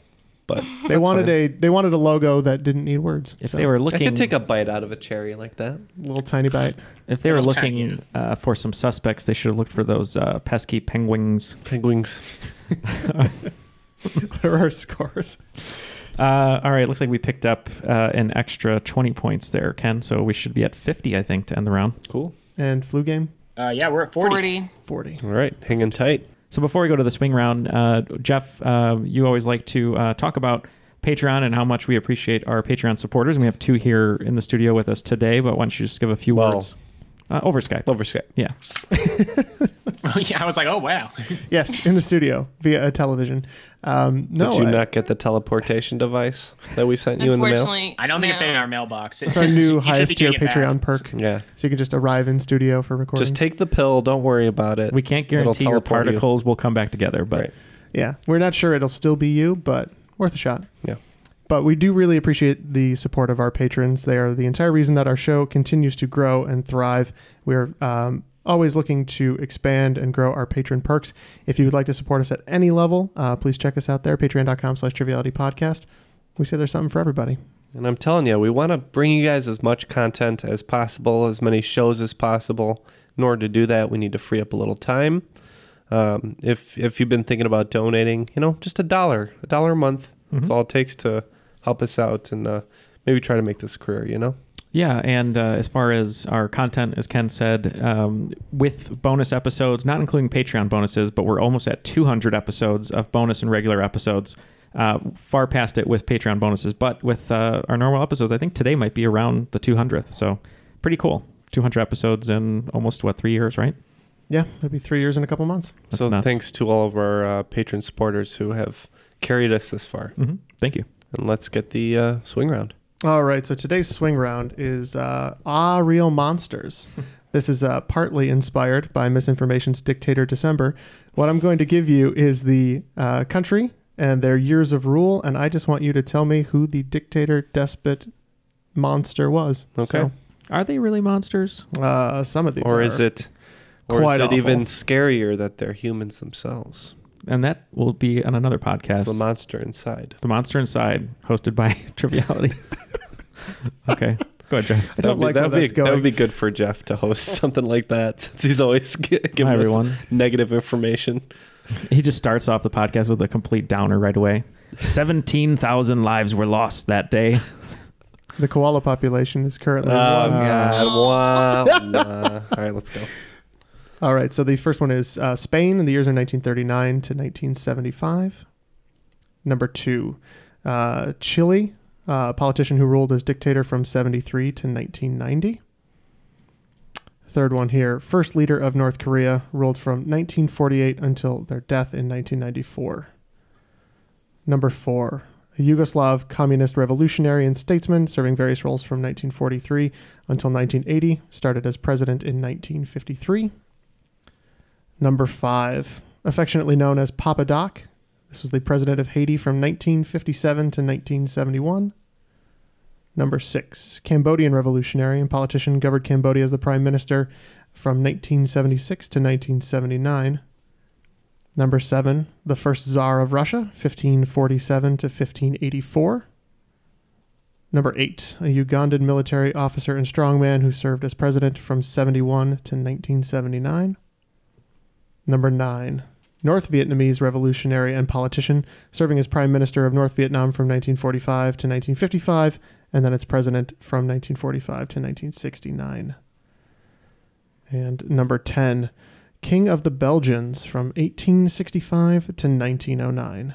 Speaker 2: *laughs*
Speaker 3: But
Speaker 2: They wanted a they wanted a logo that didn't need words.
Speaker 4: If
Speaker 2: so,
Speaker 4: they were
Speaker 3: I
Speaker 4: looking,
Speaker 3: could take a bite out of a cherry like that.
Speaker 2: little tiny bite.
Speaker 4: if they were
Speaker 5: Little tiny.
Speaker 4: looking uh, for some suspects, they should have looked for those uh, pesky penguins. *laughs*
Speaker 3: Penguins.
Speaker 2: what are our scores?
Speaker 4: Uh, all right, looks like we picked up uh, an extra 20 points there, Ken. So we should be at 50, I think, to end the round.
Speaker 3: Cool.
Speaker 2: And flu game
Speaker 5: Uh, yeah, we're at 40.
Speaker 6: 40.
Speaker 2: forty.
Speaker 3: All right, hanging tight.
Speaker 4: So before we go to the swing round, uh, Jeff, uh, you always like to uh, talk about Patreon and how much we appreciate our Patreon supporters. And we have two here in the studio with us today, but why don't you just give a few
Speaker 3: Well-
Speaker 4: words uh, over Skype?
Speaker 3: Over Skype.
Speaker 4: Yeah.
Speaker 5: *laughs* yeah, I was like, oh, wow.
Speaker 2: Yes, in the studio via a television. Um, no,
Speaker 3: Did you
Speaker 2: I-
Speaker 3: not get the teleportation device that we sent you in the mail?
Speaker 6: Unfortunately,
Speaker 5: I don't think it's
Speaker 6: no.
Speaker 5: in our mailbox. *laughs*
Speaker 2: it's our new highest tier Patreon perk.
Speaker 3: Yeah.
Speaker 2: So you can just arrive in studio for recording.
Speaker 3: Just take the pill. Don't worry about it.
Speaker 4: We can't
Speaker 3: It'll
Speaker 4: guarantee your
Speaker 3: teleport you.
Speaker 4: particles will come back together, but
Speaker 3: Right.
Speaker 2: Yeah, we're not sure it'll still be you, but worth a shot.
Speaker 3: Yeah.
Speaker 2: But we do really appreciate the support of our patrons. They are the entire reason that our show continues to grow and thrive. We're um, always looking to expand and grow our patron perks. If you would like to support us at any level, uh, please check us out there, patreon.com slash triviality podcast. We say there's something for everybody.
Speaker 3: And I'm telling you, we want to bring you guys as much content as possible, as many shows as possible. In order to do that, we need to free up a little time. Um,
Speaker 4: Mm-hmm.
Speaker 3: if if you've been thinking about donating, you know, just a dollar, a dollar a month. That's all it takes to help us out and uh, maybe try to make this a career. You know.
Speaker 4: Yeah, and uh, as far as our content, as Ken said, um, with bonus episodes, not including Patreon bonuses, but we're almost at 200 episodes of bonus and regular episodes. Uh, far past it with Patreon bonuses, but with uh, our normal episodes, I think today might be around the 200th. So pretty cool. 200 episodes in almost what three years, right?
Speaker 2: Yeah, maybe three years and a couple months.
Speaker 4: That's
Speaker 3: so
Speaker 4: nuts.
Speaker 3: thanks to all of our uh, patron supporters who have carried us this far.
Speaker 4: hmm Thank you.
Speaker 3: And let's get the uh, swing round.
Speaker 2: All right, so today's swing round is uh, Ah
Speaker 3: *laughs*
Speaker 2: Real Monsters. this is uh, partly inspired by Misinformation's Dictator December. What I'm going to give you is the uh, country and their years of rule, and I just want you to tell me who the dictator despot monster was.
Speaker 3: Okay.
Speaker 4: Are they really monsters?
Speaker 2: So, uh, some of these.
Speaker 3: or
Speaker 2: are-
Speaker 3: is it, or
Speaker 2: quite
Speaker 3: is it
Speaker 2: awful.
Speaker 3: even scarier that they're humans themselves?
Speaker 4: And that will be on another podcast.
Speaker 3: It's the monster inside.
Speaker 4: The Monster Inside, hosted by *laughs*
Speaker 3: *laughs*
Speaker 4: Triviality. okay, go ahead, Jeff.
Speaker 2: I
Speaker 3: That'd
Speaker 2: don't like
Speaker 3: be,
Speaker 2: where
Speaker 3: that'd be-
Speaker 2: that's going.
Speaker 3: That would be good for Jeff to host *laughs* something like that since he's always *laughs* gi- giving
Speaker 4: Hi,
Speaker 3: us
Speaker 4: everyone.
Speaker 3: negative information.
Speaker 4: He just starts off the podcast with a complete downer right away. 17,000 lives were lost that day.
Speaker 2: the koala population is *laughs* currently. one.
Speaker 3: Oh,
Speaker 4: Oh.
Speaker 3: God. Wah,
Speaker 4: *laughs*
Speaker 3: wah. All right, let's go.
Speaker 2: All right, so the first one is uh, Spain, and the years are 1939 to 1975. Number two, uh, Chile, uh, a politician who ruled as dictator from 73 to 1990. Third one here, first leader of North Korea, ruled from 1948 until their death in 1994. Number four, a Yugoslav communist revolutionary and statesman serving various roles from 1943 until 1980, started as president in 1953. Number five, affectionately known as Papa Doc. This was the president of Haiti from 1957 to 1971. Number six, Cambodian revolutionary and politician governed Cambodia as the prime minister from 1976 to 1979. Number seven, the first Tsar of Russia, 1547 to 1584. Number eight, a Ugandan military officer and strongman who served as president from 71 to 1979. Number nine, North Vietnamese revolutionary and politician, serving as prime minister of North Vietnam from 1945 to 1955, and then its president from 1945 to 1969. And number 10, King of the Belgians from 1865 to 1909.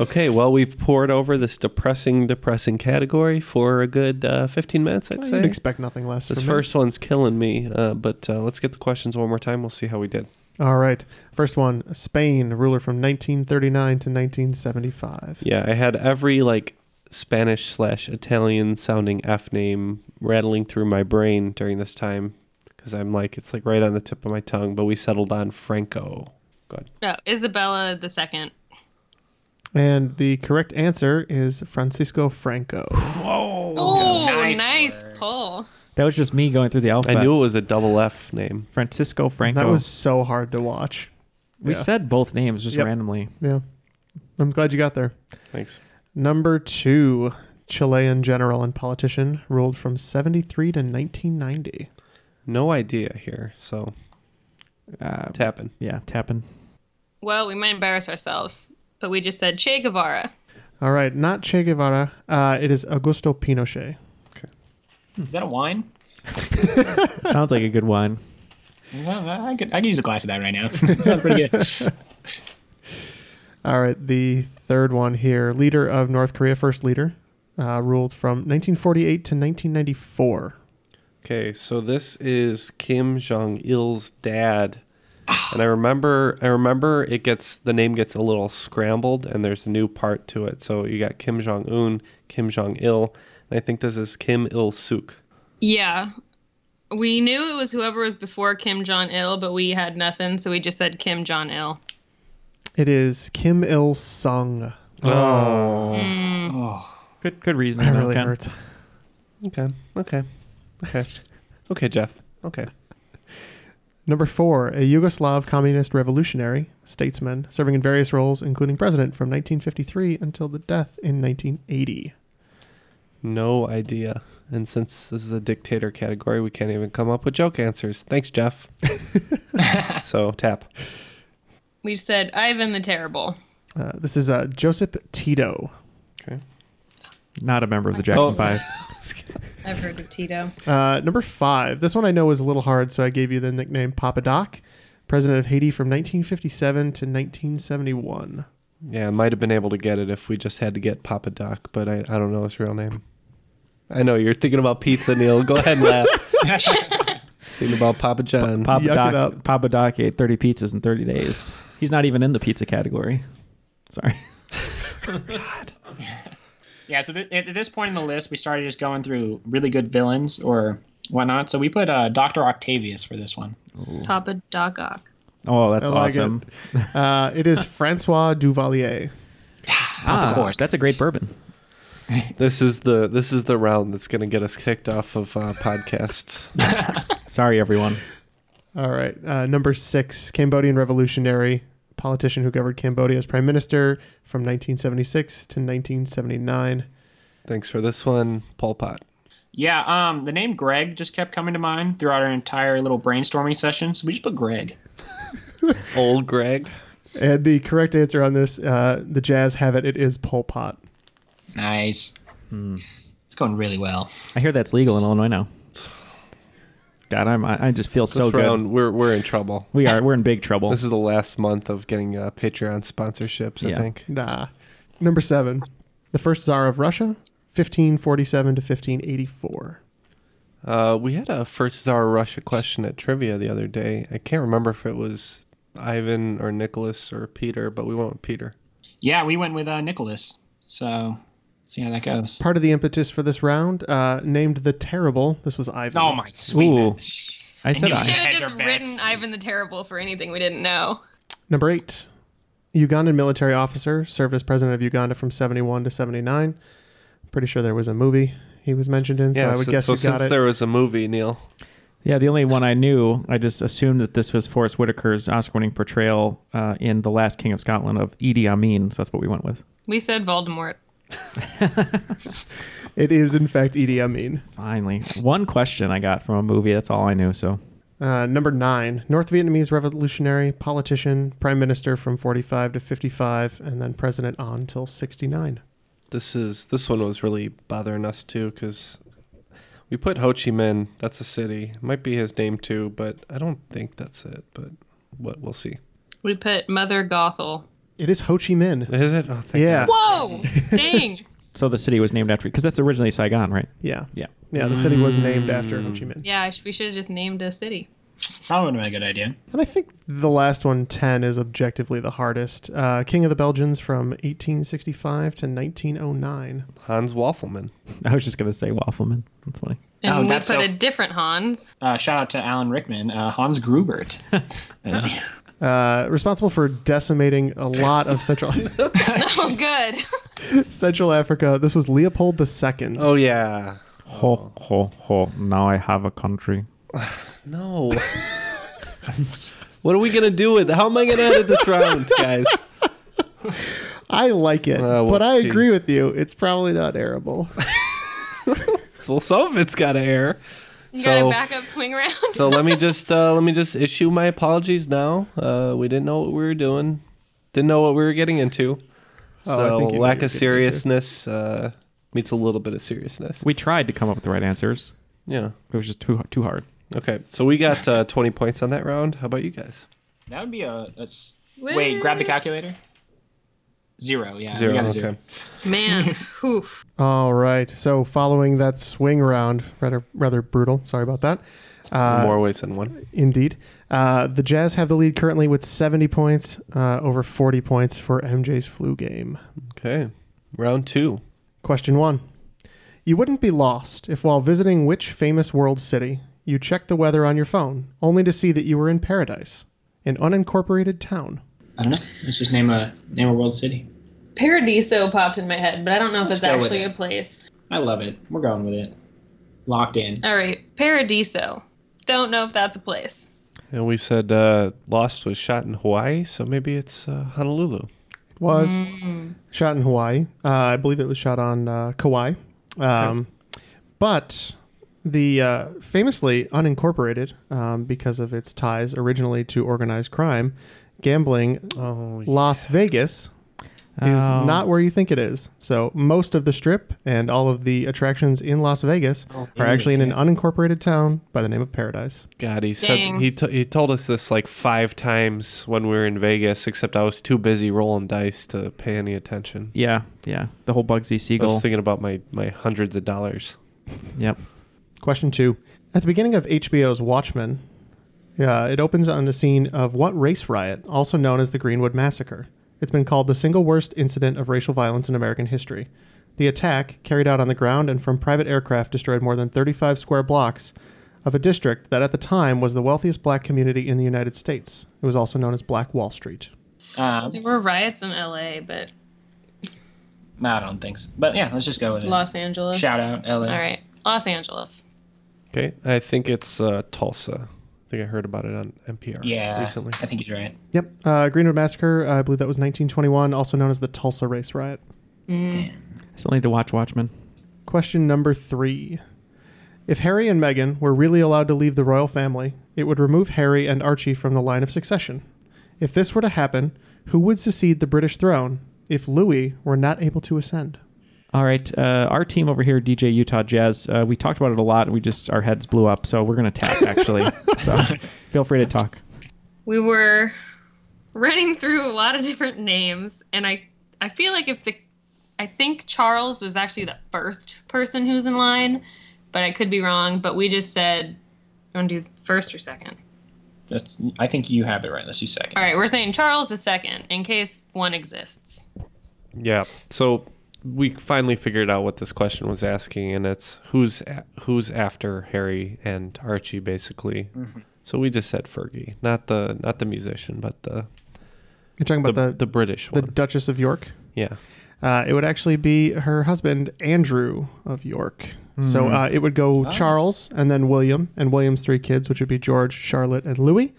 Speaker 3: Okay, well, we've poured over this depressing, depressing category for a good uh, 15 minutes, I'd
Speaker 2: You'd
Speaker 3: say.
Speaker 2: expect nothing less.
Speaker 3: This
Speaker 2: from me.
Speaker 3: first one's killing me, uh, but uh, let's get the questions one more time. We'll see how we did.
Speaker 2: All right. First one, Spain, ruler from 1939 to 1975.
Speaker 3: Yeah, I had every like Spanish slash Italian sounding F name rattling through my brain during this time because I'm like, it's like right on the tip of my tongue, but we settled on Franco. Good.
Speaker 6: No, Isabella the second.
Speaker 2: And the correct answer is Francisco Franco.
Speaker 6: Oh,
Speaker 5: Nice
Speaker 6: nice,
Speaker 5: work.
Speaker 6: pull.
Speaker 4: That was just me going through the
Speaker 3: I
Speaker 4: alphabet.
Speaker 3: knew it was a double F name.
Speaker 4: Francisco Franco.
Speaker 2: That was so hard to watch.
Speaker 4: we
Speaker 2: yeah.
Speaker 4: said both names just
Speaker 2: Yep.
Speaker 4: randomly.
Speaker 2: Yeah. I'm glad you got there.
Speaker 3: Thanks.
Speaker 2: Number two, Chilean general and politician, ruled from 73 to 1990.
Speaker 3: No idea here, so
Speaker 4: Uh,
Speaker 3: tapping.
Speaker 4: yeah, tapping.
Speaker 6: Well, we might embarrass ourselves, but we just said Che Guevara.
Speaker 2: All right, not Che Guevara. Uh, it is Augusto Pinochet.
Speaker 5: Is that a
Speaker 2: *laughs*
Speaker 5: wine?
Speaker 4: Sounds like a good wine.
Speaker 2: *laughs*
Speaker 5: Is that- I could, I could use a glass of that right now. Sounds pretty good.
Speaker 2: All right, the third one here. Leader of North Korea, first leader, uh, ruled from 1948 to 1994.
Speaker 3: Okay, so this is Kim Jong Il's dad, and I remember I remember it gets the name gets a little scrambled, and there's a new part to it. So you got Kim Jong Un, Kim Jong Il, and I think this is Kim Il Suk.
Speaker 6: Yeah. We knew it was whoever was before Kim Jong Il, but we had nothing, so we just said Kim Jong Il.
Speaker 2: It is Kim Il Sung.
Speaker 3: Oh.
Speaker 4: Good, good reasoning.
Speaker 2: Oh.
Speaker 4: though,
Speaker 2: That really
Speaker 4: Ken.
Speaker 2: hurts.
Speaker 3: Okay, okay, okay, okay, Jeff. Okay.
Speaker 2: Number four, a Yugoslav communist revolutionary statesman serving in various roles, including president from 1953 until the death in 1980.
Speaker 3: No idea. And since this is a dictator category, we can't even come up with joke answers. Thanks, Jeff. so tap.
Speaker 6: We said Ivan the Terrible.
Speaker 2: Uh, this is uh, Joseph Tito.
Speaker 3: Okay.
Speaker 4: Not a member of the Jackson
Speaker 2: Oh.
Speaker 4: Five.
Speaker 6: *laughs* I've heard of Tito.
Speaker 2: *laughs* Uh, number five. This one I know was a little hard, so I gave you the nickname Papa Doc, president of Haiti from 1957 to 1971.
Speaker 3: Yeah, I might have been able to get it if we just had to get Papa Doc, but I, I don't know his real name. I know you're thinking about pizza, Neil. Go ahead and
Speaker 2: *laughs*
Speaker 3: laugh. thinking about Papa John.
Speaker 4: Papa
Speaker 2: Yuck it
Speaker 4: Doc,
Speaker 2: up.
Speaker 4: Papa Doc ate 30 pizzas in 30 days. He's not even in the pizza category. Sorry. *laughs*
Speaker 5: Yeah, so th- at this point in the list, we started just going through really good villains or whatnot. So we put uh, Doctor Octavius for this one.
Speaker 6: Papa Doc Ock.
Speaker 4: Oh, that's
Speaker 2: I like it.
Speaker 4: awesome.
Speaker 2: Uh,
Speaker 4: *laughs*
Speaker 2: it is Francois Duvalier.
Speaker 4: Ah,
Speaker 5: course.
Speaker 4: That's a great
Speaker 2: *laughs*
Speaker 4: bourbon.
Speaker 3: This is the this is the round that's going to get us kicked off of uh,
Speaker 2: *laughs*
Speaker 3: podcasts.
Speaker 4: Sorry, everyone.
Speaker 2: All right. Uh, number six, Cambodian revolutionary politician who governed Cambodia as prime minister from 1976 to 1979.
Speaker 3: Thanks for this one, Pol Pot.
Speaker 5: Yeah, um, the name Greg just kept coming to mind throughout our entire little brainstorming session. So we just put
Speaker 2: *laughs*
Speaker 5: Greg.
Speaker 3: Old Greg.
Speaker 2: And the correct answer on this, uh, the Jazz have it. It is Pol Pot.
Speaker 5: Nice.
Speaker 2: Hmm.
Speaker 5: It's going really well.
Speaker 4: I hear that's legal in Illinois now. God, I'm, I I just feel
Speaker 3: This
Speaker 4: so good.
Speaker 3: round, we're we're in trouble.
Speaker 4: We are. We're in big trouble.
Speaker 3: This is the last month of getting uh, Patreon sponsorships, I
Speaker 4: Yeah.
Speaker 3: think.
Speaker 2: Nah. Number seven, the first czar of Russia, 1547 to 1584.
Speaker 3: Uh, we had a first czar Russia question at trivia the other day. I can't remember if it was Ivan or Nicholas or Peter, but we went with Peter.
Speaker 5: Yeah, we went with uh, Nicholas. So see how that goes.
Speaker 2: Part of the impetus for this round, uh, named the Terrible. This was Ivan.
Speaker 5: Oh my sweetness.
Speaker 4: I said
Speaker 5: you
Speaker 6: We
Speaker 4: I.
Speaker 6: should have
Speaker 5: Heads
Speaker 6: just
Speaker 5: are
Speaker 6: written
Speaker 5: bets.
Speaker 6: Ivan the Terrible for anything we didn't know.
Speaker 2: Number eight, Ugandan military officer, served as president of Uganda from 71 to 79. Pretty sure there was a movie he was mentioned in, so I would
Speaker 3: si-
Speaker 2: guess
Speaker 3: so
Speaker 2: you got
Speaker 3: since
Speaker 2: it.
Speaker 3: there was a movie, Neil.
Speaker 4: Yeah, the only one I knew, I just assumed that this was Forrest Whitaker's Oscar-winning portrayal uh, in The Last King of Scotland of Idi Amin. So that's what we went with.
Speaker 6: We said Voldemort.
Speaker 2: It is, in fact, Idi Amin.
Speaker 4: Finally, one question I got from a movie. That's all I knew. So
Speaker 2: Uh, number nine, North Vietnamese revolutionary, politician, prime minister from 45 to 55, and then president on until 69.
Speaker 3: This is this one was really bothering us too because we put Ho Chi Minh. That's a city. might be his name too, but I don't think that's it. But what we'll see.
Speaker 6: We put Mother Gothel.
Speaker 2: It is Ho Chi Minh.
Speaker 3: Is it? Oh, thank
Speaker 2: Yeah.
Speaker 3: God.
Speaker 6: Whoa! Dang!
Speaker 4: So the city was named after because that's originally Saigon, right?
Speaker 2: Yeah.
Speaker 4: Yeah.
Speaker 2: Yeah, the city was named after Ho Chi Minh.
Speaker 6: Yeah, I sh- we should have just named a city.
Speaker 5: That would have been a good idea.
Speaker 2: And I think the last one, 10, is objectively the hardest. Uh, King of the Belgians from 1865 to 1909.
Speaker 3: Hans Waffleman.
Speaker 4: I was just gonna say Waffleman. That's funny.
Speaker 6: And
Speaker 5: Oh,
Speaker 6: we put
Speaker 5: that's so-
Speaker 6: a different Hans.
Speaker 5: Uh, shout out to Alan Rickman, uh, Hans *laughs* Grubert. Uh,
Speaker 2: Uh, responsible for decimating a lot of
Speaker 3: *laughs*
Speaker 2: Central
Speaker 6: *laughs*
Speaker 2: *laughs*
Speaker 6: Oh, good.
Speaker 2: Central Africa. This was Leopold II.
Speaker 3: Oh yeah.
Speaker 4: Ho ho ho! Now I have a country.
Speaker 3: No. *laughs* what are we gonna do with? How am I gonna edit this round, guys?
Speaker 2: I like it,
Speaker 3: Uh, we'll
Speaker 2: but I
Speaker 3: see.
Speaker 2: agree with you. It's probably
Speaker 3: *laughs*
Speaker 2: not arable.
Speaker 3: Well, some of it's gotta air.
Speaker 6: You got
Speaker 3: So-
Speaker 6: a backup swing round?
Speaker 3: *laughs* So let me just uh, let me just issue my apologies now. Uh, we didn't know what we were doing. Didn't know what we were getting into.
Speaker 2: Oh, I
Speaker 3: So
Speaker 2: think you knew what you were
Speaker 3: lack
Speaker 2: getting
Speaker 3: of
Speaker 2: into.
Speaker 3: seriousness uh, meets a little bit of seriousness.
Speaker 4: We tried to come up with the right answers.
Speaker 3: Yeah.
Speaker 4: It was just too too hard.
Speaker 3: Okay. So we got uh, 20 points on that round. How about you guys?
Speaker 5: that would be a. a s- Wait, grab the calculator. Zero, yeah.
Speaker 3: Zero,
Speaker 5: we got a
Speaker 3: okay.
Speaker 5: zero. *laughs*
Speaker 6: Man, whew.
Speaker 2: All right. So following that swing round, rather rather brutal. Sorry about that. Uh,
Speaker 3: More ways than one.
Speaker 2: Indeed. Uh, the Jazz have the lead currently with 70 points, uh, over 40 points for MJ's flu game.
Speaker 3: Okay. Round two.
Speaker 2: Question one. You wouldn't be lost if, while visiting which famous world city, you checked the weather on your phone, only to see that you were in paradise, an unincorporated town.
Speaker 5: I don't know. Let's just name a name a world city.
Speaker 6: Paradiso popped in my head, but I don't know
Speaker 5: Let's
Speaker 6: if it's
Speaker 5: go with
Speaker 6: actually
Speaker 5: it.
Speaker 6: a place.
Speaker 5: I love it. We're going with it. Locked in.
Speaker 6: All right, Paradiso. Don't know if that's a place.
Speaker 3: And we said uh, Lost was shot in Hawaii, so maybe it's uh, Honolulu.
Speaker 2: It was
Speaker 6: Mm.
Speaker 2: shot in Hawaii. Uh, I believe it was shot on uh, Kauai. Um, But the uh, famously unincorporated, um, because of its ties originally to organized crime, gambling, Las Vegas is
Speaker 4: Oh.
Speaker 2: not where you think it is. So most of the strip and all of the attractions in Las Vegas are actually in an unincorporated town by the name of Paradise.
Speaker 3: God, he
Speaker 6: Dang.
Speaker 3: said he t- he told us this like five times when we were in Vegas, except I was too busy rolling dice to pay any attention.
Speaker 4: Yeah, yeah. The whole Bugsy
Speaker 3: I was
Speaker 4: Siegel.
Speaker 3: thinking about my my hundreds of dollars.
Speaker 4: Yep.
Speaker 2: Question two. At the beginning of HBO's Watchmen, uh, it opens on the scene of what race riot, also known as the Greenwood Massacre? It's been called the single worst incident of racial violence in American history. The attack, carried out on the ground and from private aircraft, destroyed more than 35 square blocks of a district that at the time was the wealthiest black community in the United States. It was also known as Black Wall Street.
Speaker 5: Um,
Speaker 6: There were riots in LA, but
Speaker 5: I don't think so. But yeah, let's just go with it.
Speaker 6: Los Angeles.
Speaker 5: Shout out, LA.
Speaker 6: All right, Los Angeles.
Speaker 3: Okay, I think it's uh, Tulsa. I think I heard about it on NPR
Speaker 5: Yeah,
Speaker 3: recently.
Speaker 5: I think you're right.
Speaker 2: Yep, uh, Greenwood Massacre, I believe that was 1921, also known as the Tulsa Race Riot.
Speaker 5: Mm.
Speaker 4: I still need to watch Watchmen.
Speaker 2: Question number three. If Harry and Meghan were really allowed to leave the royal family, it would remove Harry and Archie from the line of succession. If this were to happen, who would succeed the British throne if Louis were not able to ascend?
Speaker 4: All right, uh, our team over here, DJ Utah Jazz. Uh, we talked about it a lot. We just our heads blew up, so we're gonna tap
Speaker 5: *laughs*
Speaker 4: actually. so feel free to talk.
Speaker 6: We were running through a lot of different names, and I I feel like if the I think Charles was actually the first person who's in line, but I could be wrong. But we just said, you want to do first or second?
Speaker 5: That's, I think you have it right. Let's do second.
Speaker 6: All right, we're saying Charles the second in case one exists.
Speaker 3: Yeah. So we finally figured out what this question was asking, and it's who's a- who's after Harry and Archie, basically.
Speaker 6: Mm-hmm.
Speaker 3: So we just said Fergie, not the not the musician, but the
Speaker 2: You're talking
Speaker 3: the,
Speaker 2: about
Speaker 3: the,
Speaker 2: the,
Speaker 3: British
Speaker 2: the,
Speaker 3: one.
Speaker 2: Duchess of York?
Speaker 3: yeah.
Speaker 2: Uh, it would actually be her husband, Andrew of York. So uh, it would go Charles and then William, and William's three kids, which would be George, Charlotte, and Louis.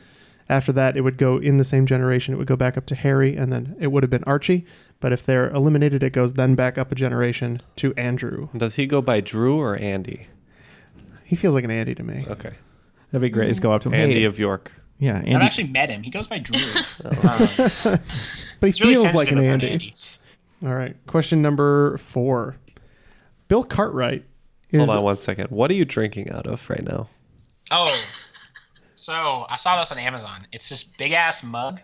Speaker 2: After that, it would go in the same generation. It would go back up to Harry, and then it would have been Archie. But if they're eliminated, it goes then back up a generation to Andrew.
Speaker 3: Does he go by Drew or Andy?
Speaker 2: He feels like an Andy to me.
Speaker 3: Okay.
Speaker 4: That'd be great. Just go up to him.
Speaker 3: Andy
Speaker 4: Hey.
Speaker 3: of York.
Speaker 4: yeah,
Speaker 5: I've
Speaker 4: Andy.
Speaker 5: actually met him. He goes by *laughs* Drew. Oh. Um,
Speaker 2: But he
Speaker 5: He's really
Speaker 2: feels like
Speaker 5: sensitive
Speaker 2: an
Speaker 5: about
Speaker 2: Andy. All right. Question number four Bill Cartwright is.
Speaker 3: Hold on one second. What are you drinking out of right now?
Speaker 5: Oh, so I saw this on Amazon. It's this big ass mug,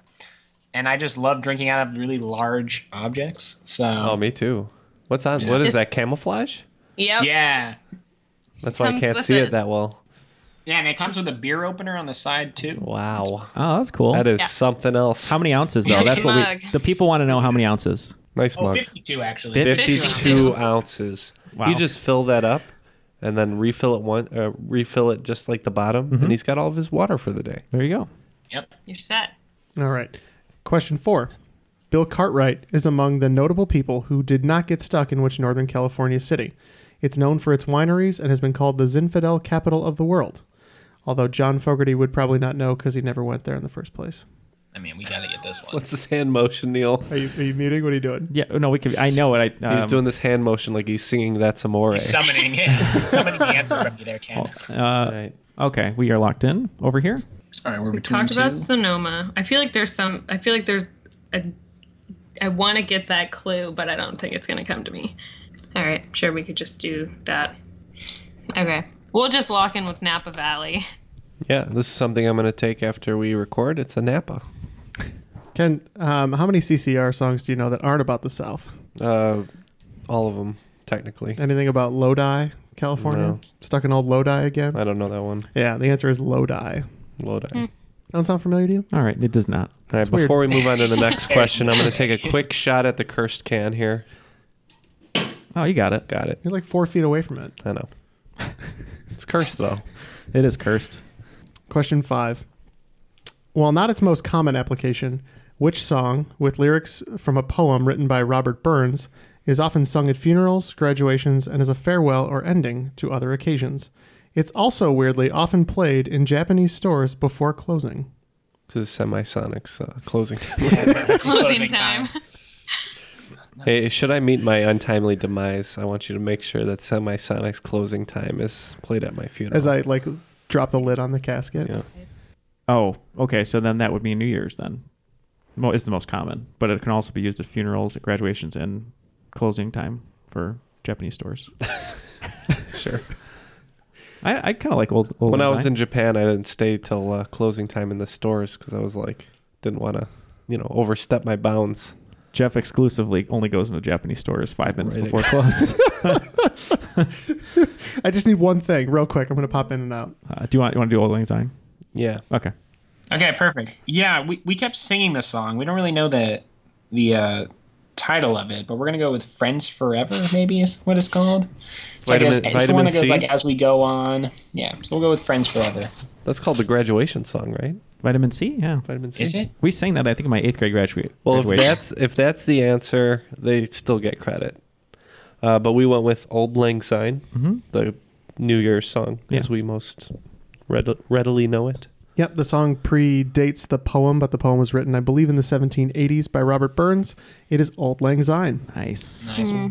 Speaker 5: and I just love drinking out of really large objects. So
Speaker 3: Oh, me too. What's on? What is
Speaker 6: Just-
Speaker 3: that? Camouflage?
Speaker 6: Yep.
Speaker 5: yeah,
Speaker 3: That's why I
Speaker 6: Comes
Speaker 3: can't
Speaker 6: with
Speaker 3: see
Speaker 6: it.
Speaker 3: it that well.
Speaker 5: yeah, and it comes with a beer opener on the side too.
Speaker 3: Wow.
Speaker 4: Oh, that's cool.
Speaker 3: That is something else.
Speaker 4: How many ounces though? That's what
Speaker 6: Mug.
Speaker 4: we. The people want to know how many ounces.
Speaker 3: nice
Speaker 5: Oh,
Speaker 3: mug.
Speaker 5: 52 actually.
Speaker 6: 52.
Speaker 3: 52 ounces.
Speaker 4: Wow.
Speaker 3: You just fill that up and then refill it one uh, refill it just like the bottom and he's got all of his water for the day.
Speaker 4: Mm-hmm. There you go.
Speaker 5: Yep.
Speaker 6: You're set.
Speaker 2: All right. Question four. Bill Cartwright is among the notable people who did not get stuck in which Northern California city. It's known for its wineries and has been called the Zinfandel capital of the world. Although John Fogerty would probably not know because he never went there in the first place.
Speaker 5: I mean, we gotta get this one.
Speaker 3: What's this hand motion, Neil?
Speaker 2: Are you, are you muting? What are you doing?
Speaker 4: Yeah. No, we could. I know it. I. Um,
Speaker 3: He's doing this hand motion like he's singing That's Amore.
Speaker 5: He's summoning, he's
Speaker 4: *laughs*
Speaker 5: summoning the answer from you there, Ken.
Speaker 3: Right.
Speaker 4: Uh, Okay, we are locked in over here.
Speaker 5: All right, we're
Speaker 6: We talked about Sonoma. I feel like there's some. I feel like there's a. I want to get that clue, but I don't think it's gonna come to me. All right, sure, we could just do that. Okay, we'll just lock in with Napa Valley.
Speaker 3: Yeah, this is something I'm going to take after we record. It's a Napa.
Speaker 2: Ken, um, how many CCR songs do you know that aren't about the South?
Speaker 3: Uh, all of them, technically.
Speaker 2: Anything about Lodi, California?
Speaker 3: No.
Speaker 2: Stuck in old Lodi again?
Speaker 3: I don't know that one.
Speaker 2: Yeah, the answer is Lodi.
Speaker 3: Lodi.
Speaker 2: Don't sound familiar to you?
Speaker 4: All right, it does not.
Speaker 3: All right,
Speaker 2: It's weird.
Speaker 3: before we move on to the
Speaker 5: *laughs*
Speaker 3: next question, I'm going to take a quick shot at the cursed can here.
Speaker 4: Oh, you got it.
Speaker 3: Got it.
Speaker 2: You're like four feet away from it.
Speaker 3: I know. It's cursed, though.
Speaker 4: *laughs* It is cursed.
Speaker 2: Question five. While not its most common application, which song, with lyrics from a poem written by Robert Burns, is often sung at funerals, graduations, and as a farewell or ending to other occasions? It's also weirdly often played in Japanese stores before closing.
Speaker 3: This is Semisonic's uh,
Speaker 4: *laughs*
Speaker 3: closing.
Speaker 6: Closing time.
Speaker 3: hey, should I meet my untimely demise, I want you to make sure that Semisonic's closing time is played at my funeral.
Speaker 2: As I like drop the lid on the casket.
Speaker 3: Yeah.
Speaker 4: Oh, okay. So then that would be New Year's then. Well, it's the most common, but it can also be used at funerals, at graduations, and closing time for Japanese stores.
Speaker 3: *laughs* sure.
Speaker 4: I, I kind of like old. old
Speaker 3: when I
Speaker 4: ones.
Speaker 3: was in Japan, I didn't stay till uh, closing time in the stores because I was like, didn't want to, you know, overstep my bounds.
Speaker 4: Jeff exclusively only goes into Japanese stores five minutes
Speaker 3: Right.
Speaker 4: before
Speaker 3: *laughs*
Speaker 4: close.
Speaker 2: *laughs*
Speaker 4: Uh,
Speaker 2: I just need one thing real quick. I'm going to pop in and out.
Speaker 4: Uh, do you want you want to do old lang syne?
Speaker 3: Yeah.
Speaker 4: Okay.
Speaker 5: Okay, perfect. Yeah, we, we kept singing this song. We don't really know the the uh, title of it, but we're gonna go with "Friends Forever." Maybe is what it's called. So I
Speaker 3: Vitamin-
Speaker 5: guess it's the
Speaker 3: vitamin
Speaker 5: one that goes
Speaker 3: C?
Speaker 5: like "As we go on." Yeah, so we'll go with "Friends Forever."
Speaker 3: That's called the graduation song, right?
Speaker 4: Vitamin C. Yeah.
Speaker 3: Vitamin C.
Speaker 5: Is it?
Speaker 4: We sang that I think in my eighth grade graduate.
Speaker 3: Well, if
Speaker 4: graduation.
Speaker 3: that's if that's the answer, they still get credit. Uh, but we went with "Old Lang Syne,"
Speaker 4: Mhm.
Speaker 3: the New Year's song, as
Speaker 4: Yeah.
Speaker 3: we most read- readily know it.
Speaker 2: Yep, the song predates the poem, but the poem was written, I believe, in the 1780s by Robert Burns. It is Auld Lang Syne.
Speaker 4: nice.
Speaker 5: Nice.
Speaker 6: Hmm.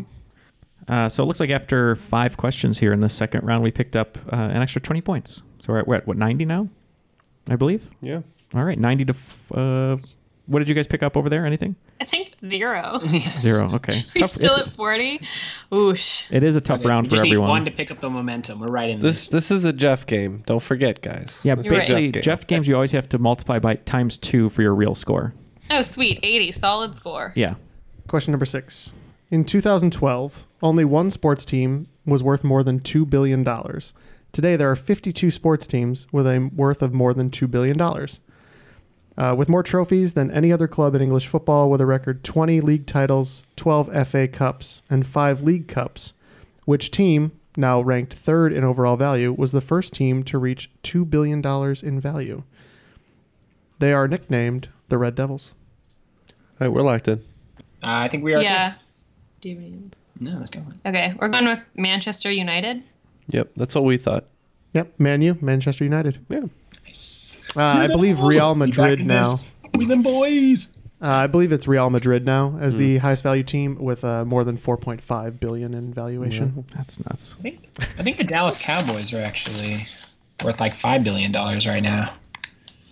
Speaker 4: Uh, so it looks like after five questions here in the second round, we picked up uh, an extra 20 points. So we're at, we're at what, 90 now? I believe.
Speaker 3: Yeah,
Speaker 4: All right, 90 to. f- Uh, what did you guys pick up over there? Anything?
Speaker 6: I think zero.
Speaker 4: Zero. Okay.
Speaker 6: We're
Speaker 4: tough,
Speaker 6: still
Speaker 4: it's,
Speaker 6: at 40. Oosh.
Speaker 4: it is a tough round
Speaker 5: we
Speaker 4: for
Speaker 5: just
Speaker 4: everyone.
Speaker 5: Need one to pick up the momentum. We're right in
Speaker 3: this this is a Jeff game. Don't forget, guys.
Speaker 4: yeah,
Speaker 3: This is a
Speaker 4: basically, Jeff, games, you always have to multiply by times two for your real score.
Speaker 6: Oh, sweet. 80. Solid score.
Speaker 4: Yeah.
Speaker 2: Question number six. In 2012, only one sports team was worth more than $2 billion. Today, there are 52 sports teams with a worth of more than $2 billion. Uh, with more trophies than any other club in English football, with a record 20 league titles, 12 FA Cups, and 5 League Cups, which team, now ranked third in overall value, was the first team to reach $2 billion in value? They are nicknamed the Red Devils.
Speaker 3: All right, we're locked in.
Speaker 5: this. Uh, I think we are.
Speaker 6: Yeah. Do you have any-
Speaker 5: Too. No, let's go.
Speaker 6: Okay, we're going with Manchester United.
Speaker 3: Yep, that's what we thought.
Speaker 2: Yep, Man U, Manchester United.
Speaker 3: Yeah,
Speaker 5: Nice.
Speaker 2: Uh, I believe Real Madrid
Speaker 5: backing
Speaker 2: now. Uh,
Speaker 5: this? We them boys.
Speaker 2: I believe it's Real Madrid now
Speaker 4: Hmm.
Speaker 2: as the highest value team with uh, more than 4.5 billion in valuation.
Speaker 4: That's nuts.
Speaker 5: I think I think the Dallas Cowboys are actually worth like five billion dollars right now.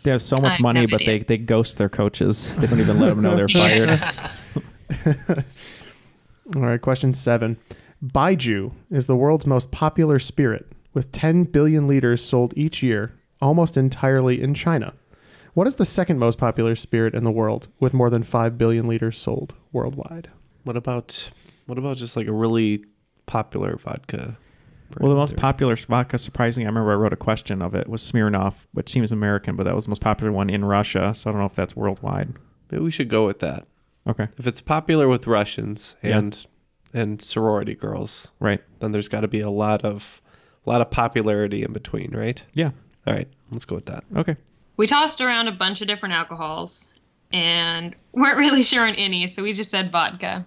Speaker 4: They have so
Speaker 6: I
Speaker 4: much
Speaker 6: have
Speaker 4: money,
Speaker 6: no
Speaker 4: but they,
Speaker 6: idea.
Speaker 4: they ghost their coaches. They don't even let them know *laughs*
Speaker 2: *laughs*
Speaker 4: they're fired.
Speaker 2: All right, question seven. Baiju is the world's most popular spirit, with 10 billion liters sold each year, almost entirely in China. What is the second most popular spirit in the world, with more than 5 billion liters sold worldwide?
Speaker 3: What about what about just like a really popular vodka?
Speaker 4: Well, the
Speaker 3: brand
Speaker 4: most
Speaker 3: there?
Speaker 4: popular vodka, surprisingly, I remember I wrote a question of it, was Smirnoff, which seems American, but that was the most popular one in Russia. So I don't know if that's worldwide.
Speaker 3: Maybe we should go with that.
Speaker 4: Okay.
Speaker 3: If it's popular with Russians
Speaker 4: Yeah.
Speaker 3: and and sorority girls,
Speaker 4: Right.
Speaker 3: then there's got to be a lot of a lot of popularity in between, right?
Speaker 4: Yeah.
Speaker 3: All right, let's go with that.
Speaker 4: Okay.
Speaker 6: We tossed around a bunch of different alcohols and weren't really *laughs* sure on any, so we just said vodka.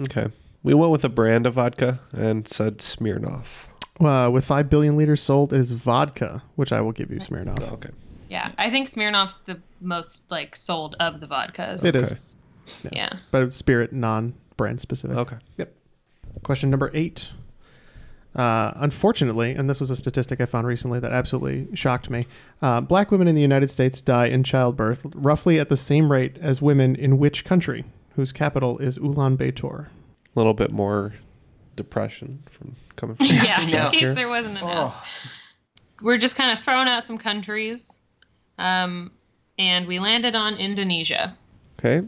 Speaker 3: Okay. We went with a brand of vodka and said Smirnoff.
Speaker 2: Uh, with 5 billion liters sold, it is vodka, which I will give you, Smirnoff.
Speaker 3: Okay.
Speaker 6: Yeah, I think Smirnoff's the most like sold of the vodkas.
Speaker 2: It is,
Speaker 3: Okay.
Speaker 6: Yeah.
Speaker 2: but it's spirit non brand specific.
Speaker 3: Okay.
Speaker 2: Yep. Question number eight. Uh, unfortunately, and this was a statistic I found recently that absolutely shocked me, uh, black women in the United States die in childbirth roughly at the same rate as women in which country, whose capital is Ulaanbaatar?
Speaker 3: A little bit more depression from coming from
Speaker 5: *laughs*
Speaker 6: *laughs* Yeah,
Speaker 3: Jeff
Speaker 6: in case
Speaker 3: here.
Speaker 6: there wasn't enough.
Speaker 5: Oh.
Speaker 6: We're just kind of throwing out some countries. Um, and we landed on Indonesia.
Speaker 3: Okay.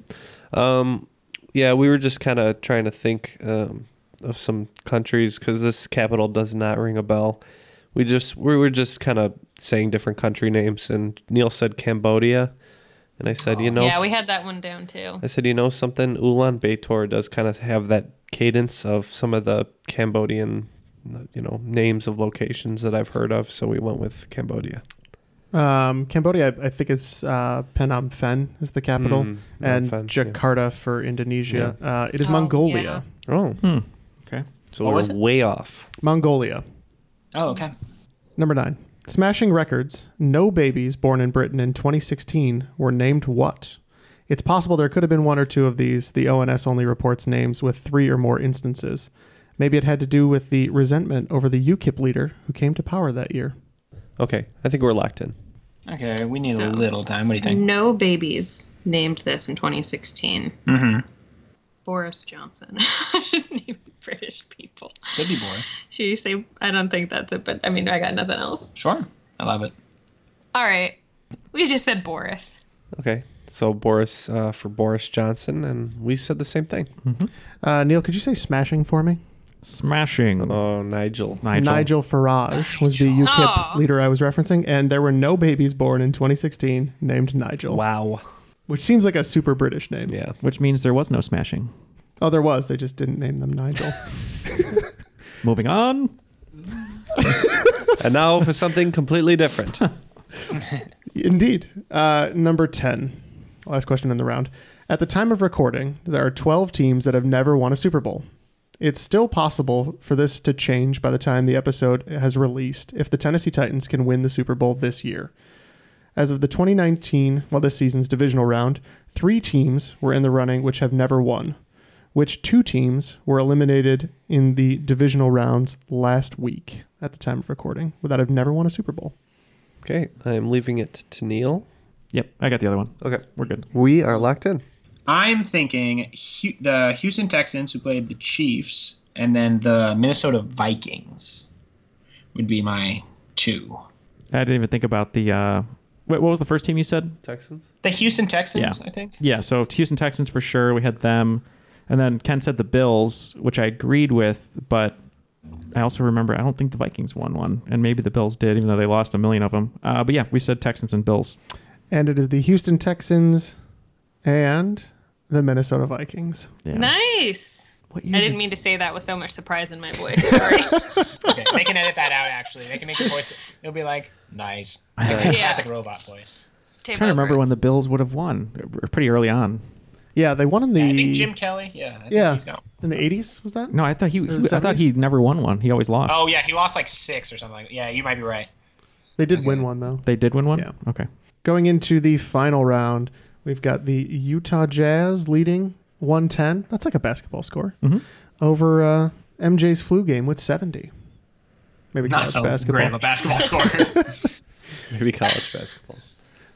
Speaker 3: Um, yeah, we were just kind of trying to think um, of some countries because this capital does not ring a bell. We just we were just kind of saying different country names, and Neil said Cambodia, and I said, you know,
Speaker 6: Oh, yeah, we had that one down too.
Speaker 3: I said, you know something, Ulaanbaatar does kind of have that cadence of some of the Cambodian, you know, names of locations that I've heard of. So we went with Cambodia.
Speaker 2: Um, Cambodia, I, I think, is uh, Phnom Penh is the capital,
Speaker 3: Mm, Phnom
Speaker 2: and
Speaker 3: Penh, yeah.
Speaker 2: Jakarta for Indonesia.
Speaker 3: Yeah.
Speaker 2: Uh, it is
Speaker 3: Oh,
Speaker 2: Mongolia.
Speaker 3: Oh,
Speaker 4: Hmm. Okay.
Speaker 3: so
Speaker 2: What
Speaker 3: we're
Speaker 2: was it?
Speaker 3: way off.
Speaker 2: Mongolia.
Speaker 5: Oh, okay.
Speaker 2: Number nine. Smashing records, no babies born in Britain in 2016 were named what? It's possible there could have been one or two of these. The ONS only reports names with three or more instances. Maybe it had to do with the resentment over the UKIP leader who came to power that year.
Speaker 3: Okay, I think we're locked in.
Speaker 5: Okay, we need a little time. What do you think?
Speaker 6: No babies named this in 2016.
Speaker 5: Mm-hmm.
Speaker 6: Boris Johnson. *laughs* Just named British people.
Speaker 5: Could be Boris.
Speaker 6: Should you say? I don't think that's it, but I mean, I got nothing else.
Speaker 5: Sure. I love it.
Speaker 6: All right. We just said Boris.
Speaker 3: Okay, so Boris uh, for Boris Johnson, and we said the same thing.
Speaker 2: Uh, Neil, could you say smashing for me?
Speaker 4: Mm-hmm. Smashing.
Speaker 3: Oh, Nigel.
Speaker 4: Nigel.
Speaker 3: *laughs*
Speaker 2: Nigel Farage was the UKIP leader I was referencing, and there were no babies born in 2016 named Nigel.
Speaker 3: Wow.
Speaker 2: Which seems like a super British name.
Speaker 3: Yeah.
Speaker 4: Which means there was no smashing.
Speaker 2: Oh, there was. They just didn't name them Nigel.
Speaker 4: Moving on.
Speaker 3: and now for something completely
Speaker 4: *laughs*
Speaker 3: different.
Speaker 2: Indeed. Uh, number 10. Last question in the round. At the time of recording, there are 12 teams that have never won a Super Bowl. It's still possible for this to change by the time the episode has released if the Tennessee Titans can win the Super Bowl this year. As of the 2019, well, this season's divisional round, three teams were in the running which have never won, which two teams were eliminated in the divisional rounds last week at the time of recording without have never won a Super Bowl.
Speaker 3: Okay, I am leaving it to Neil.
Speaker 4: Yep, I got the other one.
Speaker 3: Okay,
Speaker 4: We're good.
Speaker 3: we are locked in.
Speaker 5: I'm thinking Hu- the Houston Texans who played the Chiefs, and then the Minnesota Vikings would be my two.
Speaker 4: I didn't even think about the. Uh, wait, what was the first team you said?
Speaker 3: Texans.
Speaker 5: The Houston Texans,
Speaker 4: Yeah.
Speaker 5: I think.
Speaker 4: Yeah, so Houston Texans for sure. We had them. And then Ken said the Bills, which I agreed with, but I also remember I don't think the Vikings won one. And maybe the Bills did, even though they lost a million of them. Uh, but yeah, we said Texans and Bills.
Speaker 2: And it is the Houston Texans and the Minnesota Vikings.
Speaker 4: Yeah.
Speaker 6: Nice.
Speaker 4: What
Speaker 6: I didn't mean to say that with so much surprise in my
Speaker 4: *laughs*
Speaker 6: voice. Sorry.
Speaker 5: Okay, they can edit that out. Actually, they can make the voice. It'll be like
Speaker 4: *laughs*
Speaker 5: nice, like
Speaker 6: Yeah.
Speaker 5: classic robot voice.
Speaker 6: Take
Speaker 4: trying to
Speaker 6: over.
Speaker 4: remember when the Bills would have won uh, pretty early on.
Speaker 2: Yeah, they won in the
Speaker 5: I think Jim Kelly. Yeah. I think
Speaker 2: yeah
Speaker 5: He's gone.
Speaker 2: in the eighties was that?
Speaker 4: No, I thought he.
Speaker 2: Or the
Speaker 4: I thought he never won one. He always lost.
Speaker 5: Oh yeah, he lost like six or something. Like yeah, you might be right.
Speaker 2: They did win one though.
Speaker 4: They did win one.
Speaker 2: Yeah.
Speaker 4: Okay.
Speaker 2: Going into the final round, we've got the Utah Jazz leading one ten. That's like a basketball score
Speaker 4: Mhm.
Speaker 2: over uh, MJ's flu game with seventy. Maybe
Speaker 5: Not
Speaker 2: college
Speaker 5: so
Speaker 2: basketball.
Speaker 5: great of a basketball
Speaker 2: *laughs*
Speaker 5: score.
Speaker 3: *laughs* Maybe college basketball.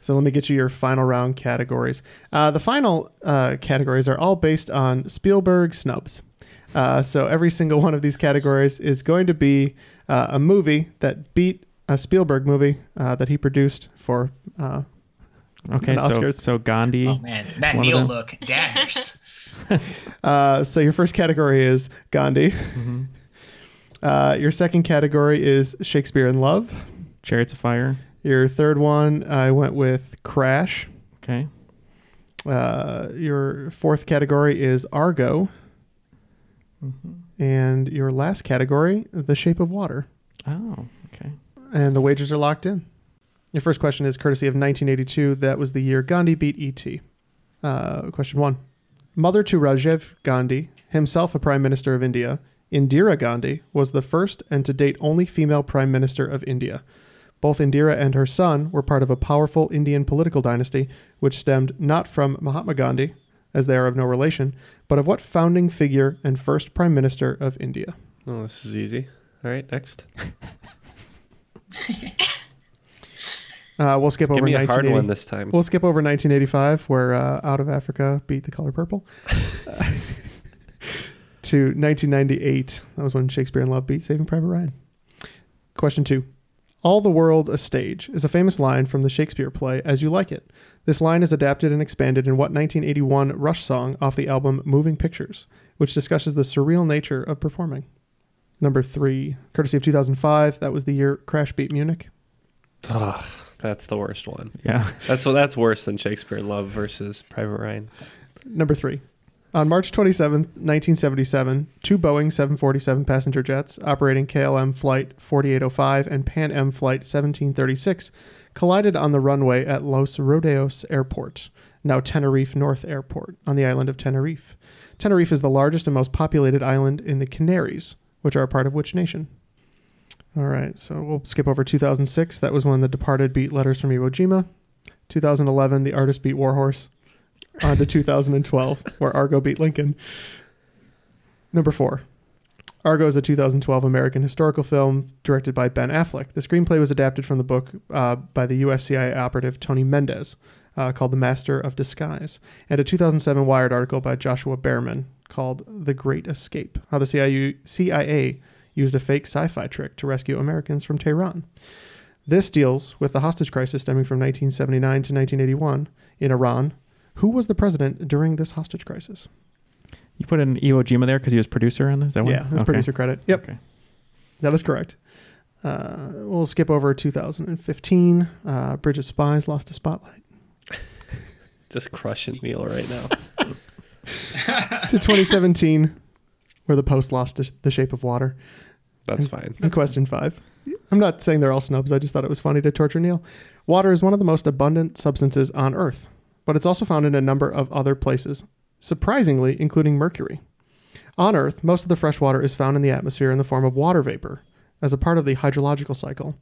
Speaker 2: So let me get you your final round categories. Uh, the final uh, categories are all based on Spielberg snubs. Uh, so every single one of these categories is going to be uh, a movie that beat a Spielberg movie uh, that he produced for. Uh,
Speaker 4: Okay.
Speaker 2: And
Speaker 4: So
Speaker 2: Oscars.
Speaker 4: so Gandhi.
Speaker 5: oh man, that
Speaker 4: Hmm. one of
Speaker 5: Neil
Speaker 4: them.
Speaker 5: look daggers.
Speaker 2: *laughs* uh, so your first category is Gandhi.
Speaker 4: Mm-hmm.
Speaker 2: Uh, your second category is Shakespeare in Love.
Speaker 4: Chariots of Fire.
Speaker 2: Your third one, I went with Crash.
Speaker 4: Okay.
Speaker 2: Uh, your fourth category is Argo.
Speaker 4: Mm-hmm.
Speaker 2: And your last category, The Shape of Water.
Speaker 4: Oh. Okay.
Speaker 2: And the wagers are locked in. Your first question is courtesy of 1982. That was the year Gandhi beat E.T. Uh, question one Mother to Rajiv Gandhi, himself a prime minister of India, Indira Gandhi was the first and to date only female prime minister of India. Both Indira and her son were part of a powerful Indian political dynasty, which stemmed not from Mahatma Gandhi, as they are of no relation, but of what founding figure and first prime minister of India?
Speaker 3: Oh, this is easy. All right,
Speaker 4: *laughs*
Speaker 3: next.
Speaker 2: Uh, we'll skip
Speaker 3: Give
Speaker 2: over
Speaker 3: me a hard
Speaker 2: 1980.
Speaker 3: one this time.
Speaker 2: We'll skip over 1985, where uh, Out of Africa beat the color
Speaker 3: *laughs*
Speaker 2: purple, *laughs* to 1998. That was when Shakespeare in Love beat Saving Private Ryan. Question two All the world a stage is a famous line from the Shakespeare play As You Like It. This line is adapted and expanded in what 1981 Rush song off the album Moving Pictures, which discusses the surreal nature of performing. Number three, courtesy of 2005, that was the year Crash beat Munich.
Speaker 3: Ugh, that's the worst one.
Speaker 4: Yeah.
Speaker 3: That's that's worse than Shakespeare in Love versus Private Ryan.
Speaker 2: Number three. On March 27, 1977, two Boeing 747 passenger jets operating KLM Flight 4805 and Pan Am Flight 1736 collided on the runway at Los Rodeos Airport, now Tenerife North Airport, on the island of Tenerife. Tenerife is the largest and most populated island in the Canaries, which are a part of which nation? All right, so we'll skip over 2006. That was when The Departed beat Letters from Iwo Jima. 2011, The Artist beat Warhorse. On to *laughs* 2012, where Argo beat Lincoln. Number four. Argo is a 2012 American historical film directed by Ben Affleck. The screenplay was adapted from the book uh, by the U.S. CIA operative Tony Mendez uh, called The Master of Disguise, and a 2007 Wired article by Joshua Behrman called The Great Escape How the CIA, CIA used a fake sci fi trick to rescue Americans from Tehran. This deals with the hostage crisis stemming from 1979 to 1981 in Iran. Who was the president during this hostage crisis?
Speaker 4: You put in Iwo Jima there because he was producer on this. Is that one?
Speaker 2: Yeah, that's
Speaker 4: Okay.
Speaker 2: producer credit. Yep. That is correct. Uh, we'll skip over 2015. Uh, Bridge of Spies lost a spotlight
Speaker 3: Just crushing meal right now.
Speaker 2: to 2017, where the Post lost to The Shape of Water.
Speaker 3: That's
Speaker 2: And-
Speaker 3: fine.
Speaker 2: and question five. I'm not saying they're all snubs. I just thought it was funny to torture Neil. Water is one of the most abundant substances on Earth, but it's also found in a number of other places, surprisingly, including Mercury. On Earth, most of the fresh water is found in the atmosphere in the form of water vapor as a part of the hydrological cycle.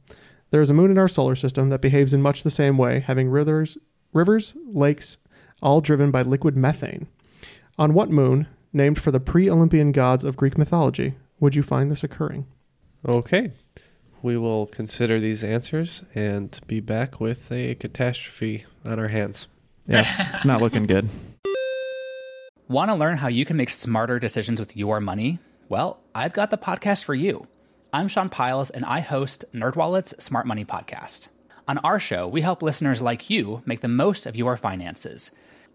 Speaker 2: There is a moon in our solar system that behaves in much the same way, having rivers, rivers, lakes, all driven by liquid methane. On what moon, named for the pre-Olympian gods of Greek mythology, would you find this occurring?
Speaker 3: *laughs* Okay. We will consider these answers and be back with a catastrophe on our hands.
Speaker 4: Yeah, it's not
Speaker 3: *laughs*
Speaker 4: looking good.
Speaker 8: Want to learn how you can make smarter decisions with your money? Well, I've got the podcast for you. I'm Sean Piles and I host NerdWallet's Smart Money Podcast. On our show, we help listeners like you make the most of your finances.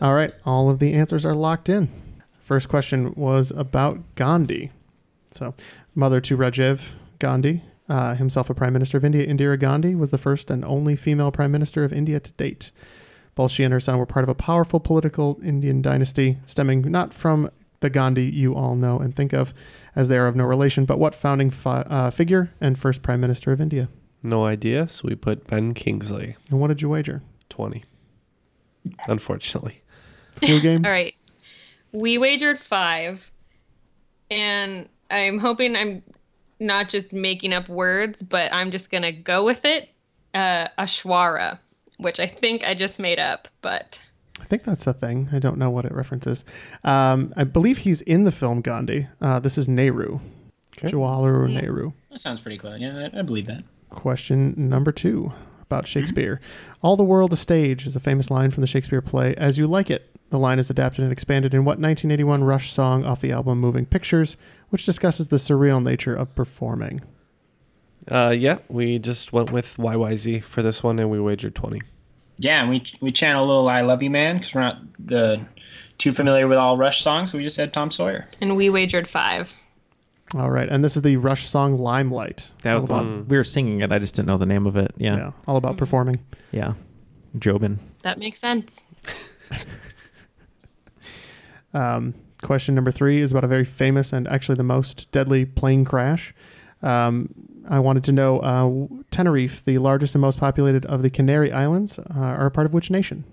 Speaker 2: All right, all of the answers are locked in. First question was about Gandhi. So, mother to Rajiv Gandhi, uh, himself a prime minister of India, Indira Gandhi was the first and only female prime minister of India to date. Both she and her son were part of a powerful political Indian dynasty stemming not from the Gandhi you all know and think of, as they are of no relation, but what founding fi- uh, figure and first prime minister of India?
Speaker 3: No idea, so we put Ben Kingsley.
Speaker 2: And what did you wager?
Speaker 3: 20. unfortunately.
Speaker 2: Flu game.
Speaker 6: All right. We wagered five, and I'm hoping I'm not just making up words, but I'm just going to go with it. Uh, Ashwara, which I think I just made up, but
Speaker 2: I think that's a thing. I don't know what it references. Um, I believe he's in the film Gandhi. Uh, this is Nehru. Jawaharlal Nehru.
Speaker 5: That sounds pretty close. Yeah, I, I believe that.
Speaker 2: Question number two about
Speaker 4: Hmm?
Speaker 2: Shakespeare. All the world a stage is a famous line from the Shakespeare play As You Like It. The line is adapted and expanded in what 1981 Rush song off the album Moving Pictures, which discusses the surreal nature of performing.
Speaker 3: Uh, yeah, we just went with YYZ for this one, and we wagered twenty.
Speaker 5: Yeah, and we we channel a little "I Love You, Man" because we're not the too familiar with all Rush songs, so we just said Tom Sawyer.
Speaker 6: and we wagered five.
Speaker 2: All right, and this is the Rush song Limelight.
Speaker 4: That was
Speaker 2: all
Speaker 4: the
Speaker 2: about,
Speaker 4: one. We were singing it. I just didn't know the name of it. Yeah. Yeah.
Speaker 2: all about performing.
Speaker 4: Jobin.
Speaker 6: That makes sense.
Speaker 2: Um, question number three is about a very famous and actually the most deadly plane crash. Um, I wanted to know uh, Tenerife, the largest and most populated of the Canary Islands, uh, are a part of which nation?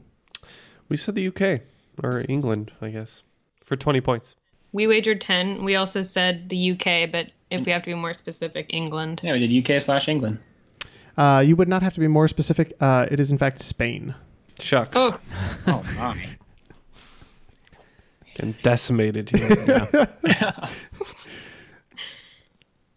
Speaker 3: We said the UK or England, I guess, for twenty points.
Speaker 6: We wagered 10. We also said the UK, but if we have to be more specific, England.
Speaker 5: Yeah, we did UK slash England.
Speaker 2: Uh, you would not have to be more specific. Uh, it is, in fact, Spain.
Speaker 3: Shucks. *laughs*
Speaker 6: Oh.
Speaker 5: oh
Speaker 4: Ah.
Speaker 5: my.
Speaker 3: And decimated
Speaker 4: *laughs*
Speaker 3: here.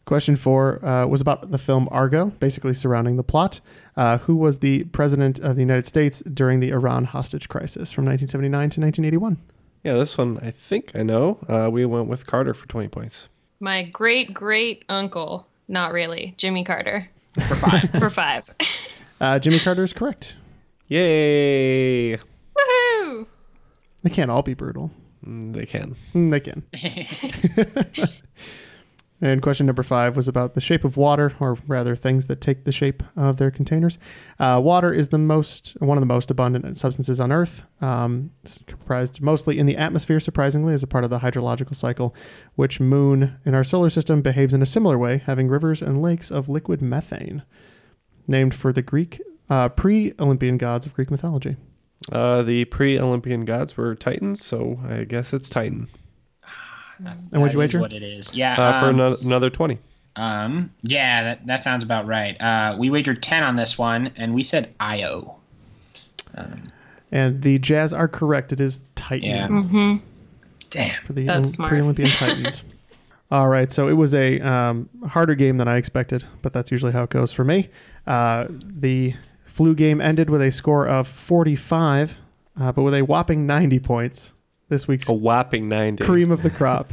Speaker 2: Question four uh, was about the film Argo, basically surrounding the plot. Uh, who was the president of the United States during the Iran hostage crisis from 1979 to 1981?
Speaker 3: yeah, this one I think I know. Uh, we went with Carter for twenty points.
Speaker 6: My great great uncle, not really, Jimmy Carter. For five. For five. *laughs*
Speaker 2: Uh, Jimmy Carter is correct.
Speaker 3: Yay!
Speaker 6: Woohoo!
Speaker 2: They can't all be brutal.
Speaker 3: Mm,
Speaker 2: Mm,
Speaker 3: they can.
Speaker 2: they
Speaker 3: *laughs*
Speaker 2: can. And question number five was about the shape of water, or rather, things that take the shape of their containers. Uh, water is the most, one of the most abundant substances on Earth. Um, it's comprised mostly in the atmosphere, surprisingly, as a part of the hydrological cycle, which Moon in our solar system behaves in a similar way, having rivers and lakes of liquid methane, named for the Greek uh, pre-Olympian gods of Greek mythology.
Speaker 3: Uh, the pre-Olympian gods were Titans, so I guess it's Titan.
Speaker 2: And what'd
Speaker 5: That
Speaker 2: you wager?
Speaker 5: is What it is? Yeah.
Speaker 3: uh, for
Speaker 5: um,
Speaker 3: ano- another twenty.
Speaker 5: um, yeah, that, that sounds about right. Uh, we wagered ten on this one, and we said Io. Um,
Speaker 2: And the Jazz are correct. It is Titan.
Speaker 5: Yeah.
Speaker 6: Mm-hmm.
Speaker 5: Damn.
Speaker 2: for the
Speaker 6: That's
Speaker 2: Olymp-
Speaker 6: smart. *laughs*
Speaker 2: pre-Olympian Titans. All right, so it was a um, harder game than I expected, but that's usually how it goes for me. Uh, the flu game ended with a score of 45, uh, but with a whopping 90 points. This week's
Speaker 3: A whopping Oh, ninety.
Speaker 2: cream of the crop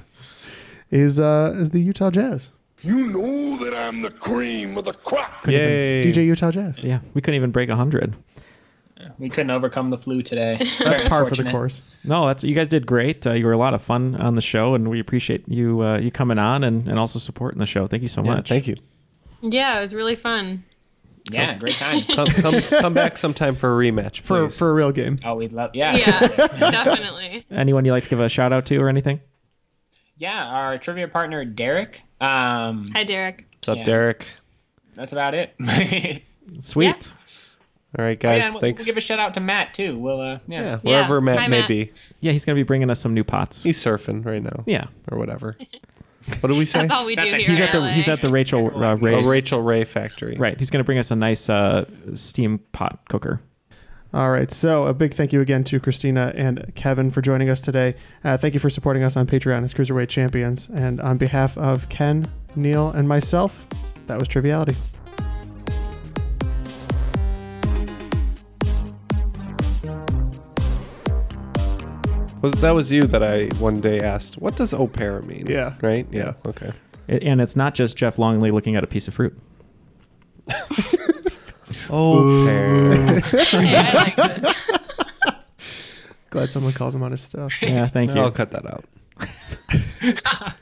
Speaker 2: is uh, is the Utah Jazz.
Speaker 7: You know that I'm the cream of the crop.
Speaker 4: Couldn't even-
Speaker 2: Yay. DJ Utah Jazz.
Speaker 4: Yeah. We couldn't even break hundred.
Speaker 5: we couldn't overcome the flu today.
Speaker 2: That's
Speaker 5: Very
Speaker 2: par for the
Speaker 5: unfortunate.
Speaker 2: course.
Speaker 4: No, that's you guys did great. Uh, you were a lot of fun on the show, and we appreciate you uh, you coming on and, and also supporting the show. Thank you so
Speaker 3: Yeah,
Speaker 4: much.
Speaker 3: thank you.
Speaker 6: Yeah, it was really fun.
Speaker 5: Yeah, great time.
Speaker 3: Come, come, come back sometime for a rematch,
Speaker 2: For,
Speaker 3: please.
Speaker 2: for a real game.
Speaker 5: Oh, we'd love. Yeah.
Speaker 2: *laughs*
Speaker 6: Yeah, definitely.
Speaker 4: Anyone you'd like to give a shout out to or anything?
Speaker 5: Yeah, our trivia partner Derek. Um,
Speaker 6: Hi, Derek.
Speaker 3: What's up,
Speaker 5: Yeah.
Speaker 3: Derek?
Speaker 5: That's about it. *laughs* Oh, yeah,
Speaker 3: Sweet. All right, guys.
Speaker 5: and Oh, we'll,
Speaker 3: thanks.
Speaker 5: we'll give a shout out to Matt too. We'll. Uh, yeah.
Speaker 3: yeah, wherever Matt may be.
Speaker 4: Yeah, he's going to be bringing us some new pots.
Speaker 3: He's surfing right now.
Speaker 4: Yeah.
Speaker 3: Or whatever. What do we say?
Speaker 6: That's all we do here.
Speaker 4: He's
Speaker 6: in
Speaker 4: at the
Speaker 6: LA.
Speaker 4: he's at the Rachel uh, Ray.
Speaker 3: A Rachel Ray factory.
Speaker 4: Right. He's going to bring us a nice uh, steam pot cooker.
Speaker 2: All right. So a big thank you again to Christina and Kevin for joining us today. Uh, thank you for supporting us on Patreon as Cruiserweight Champions. And on behalf of Ken, Neil, and myself, that was Triviality.
Speaker 3: Was that was you that I one day asked, what does au pair mean?
Speaker 2: Yeah.
Speaker 3: Right? Yeah. Okay.
Speaker 4: It, and it's not just Jeff Longley looking at a piece of fruit.
Speaker 3: Au pair.
Speaker 2: Glad someone calls him on his stuff.
Speaker 4: *laughs* Yeah, thank you.
Speaker 3: I'll cut that out.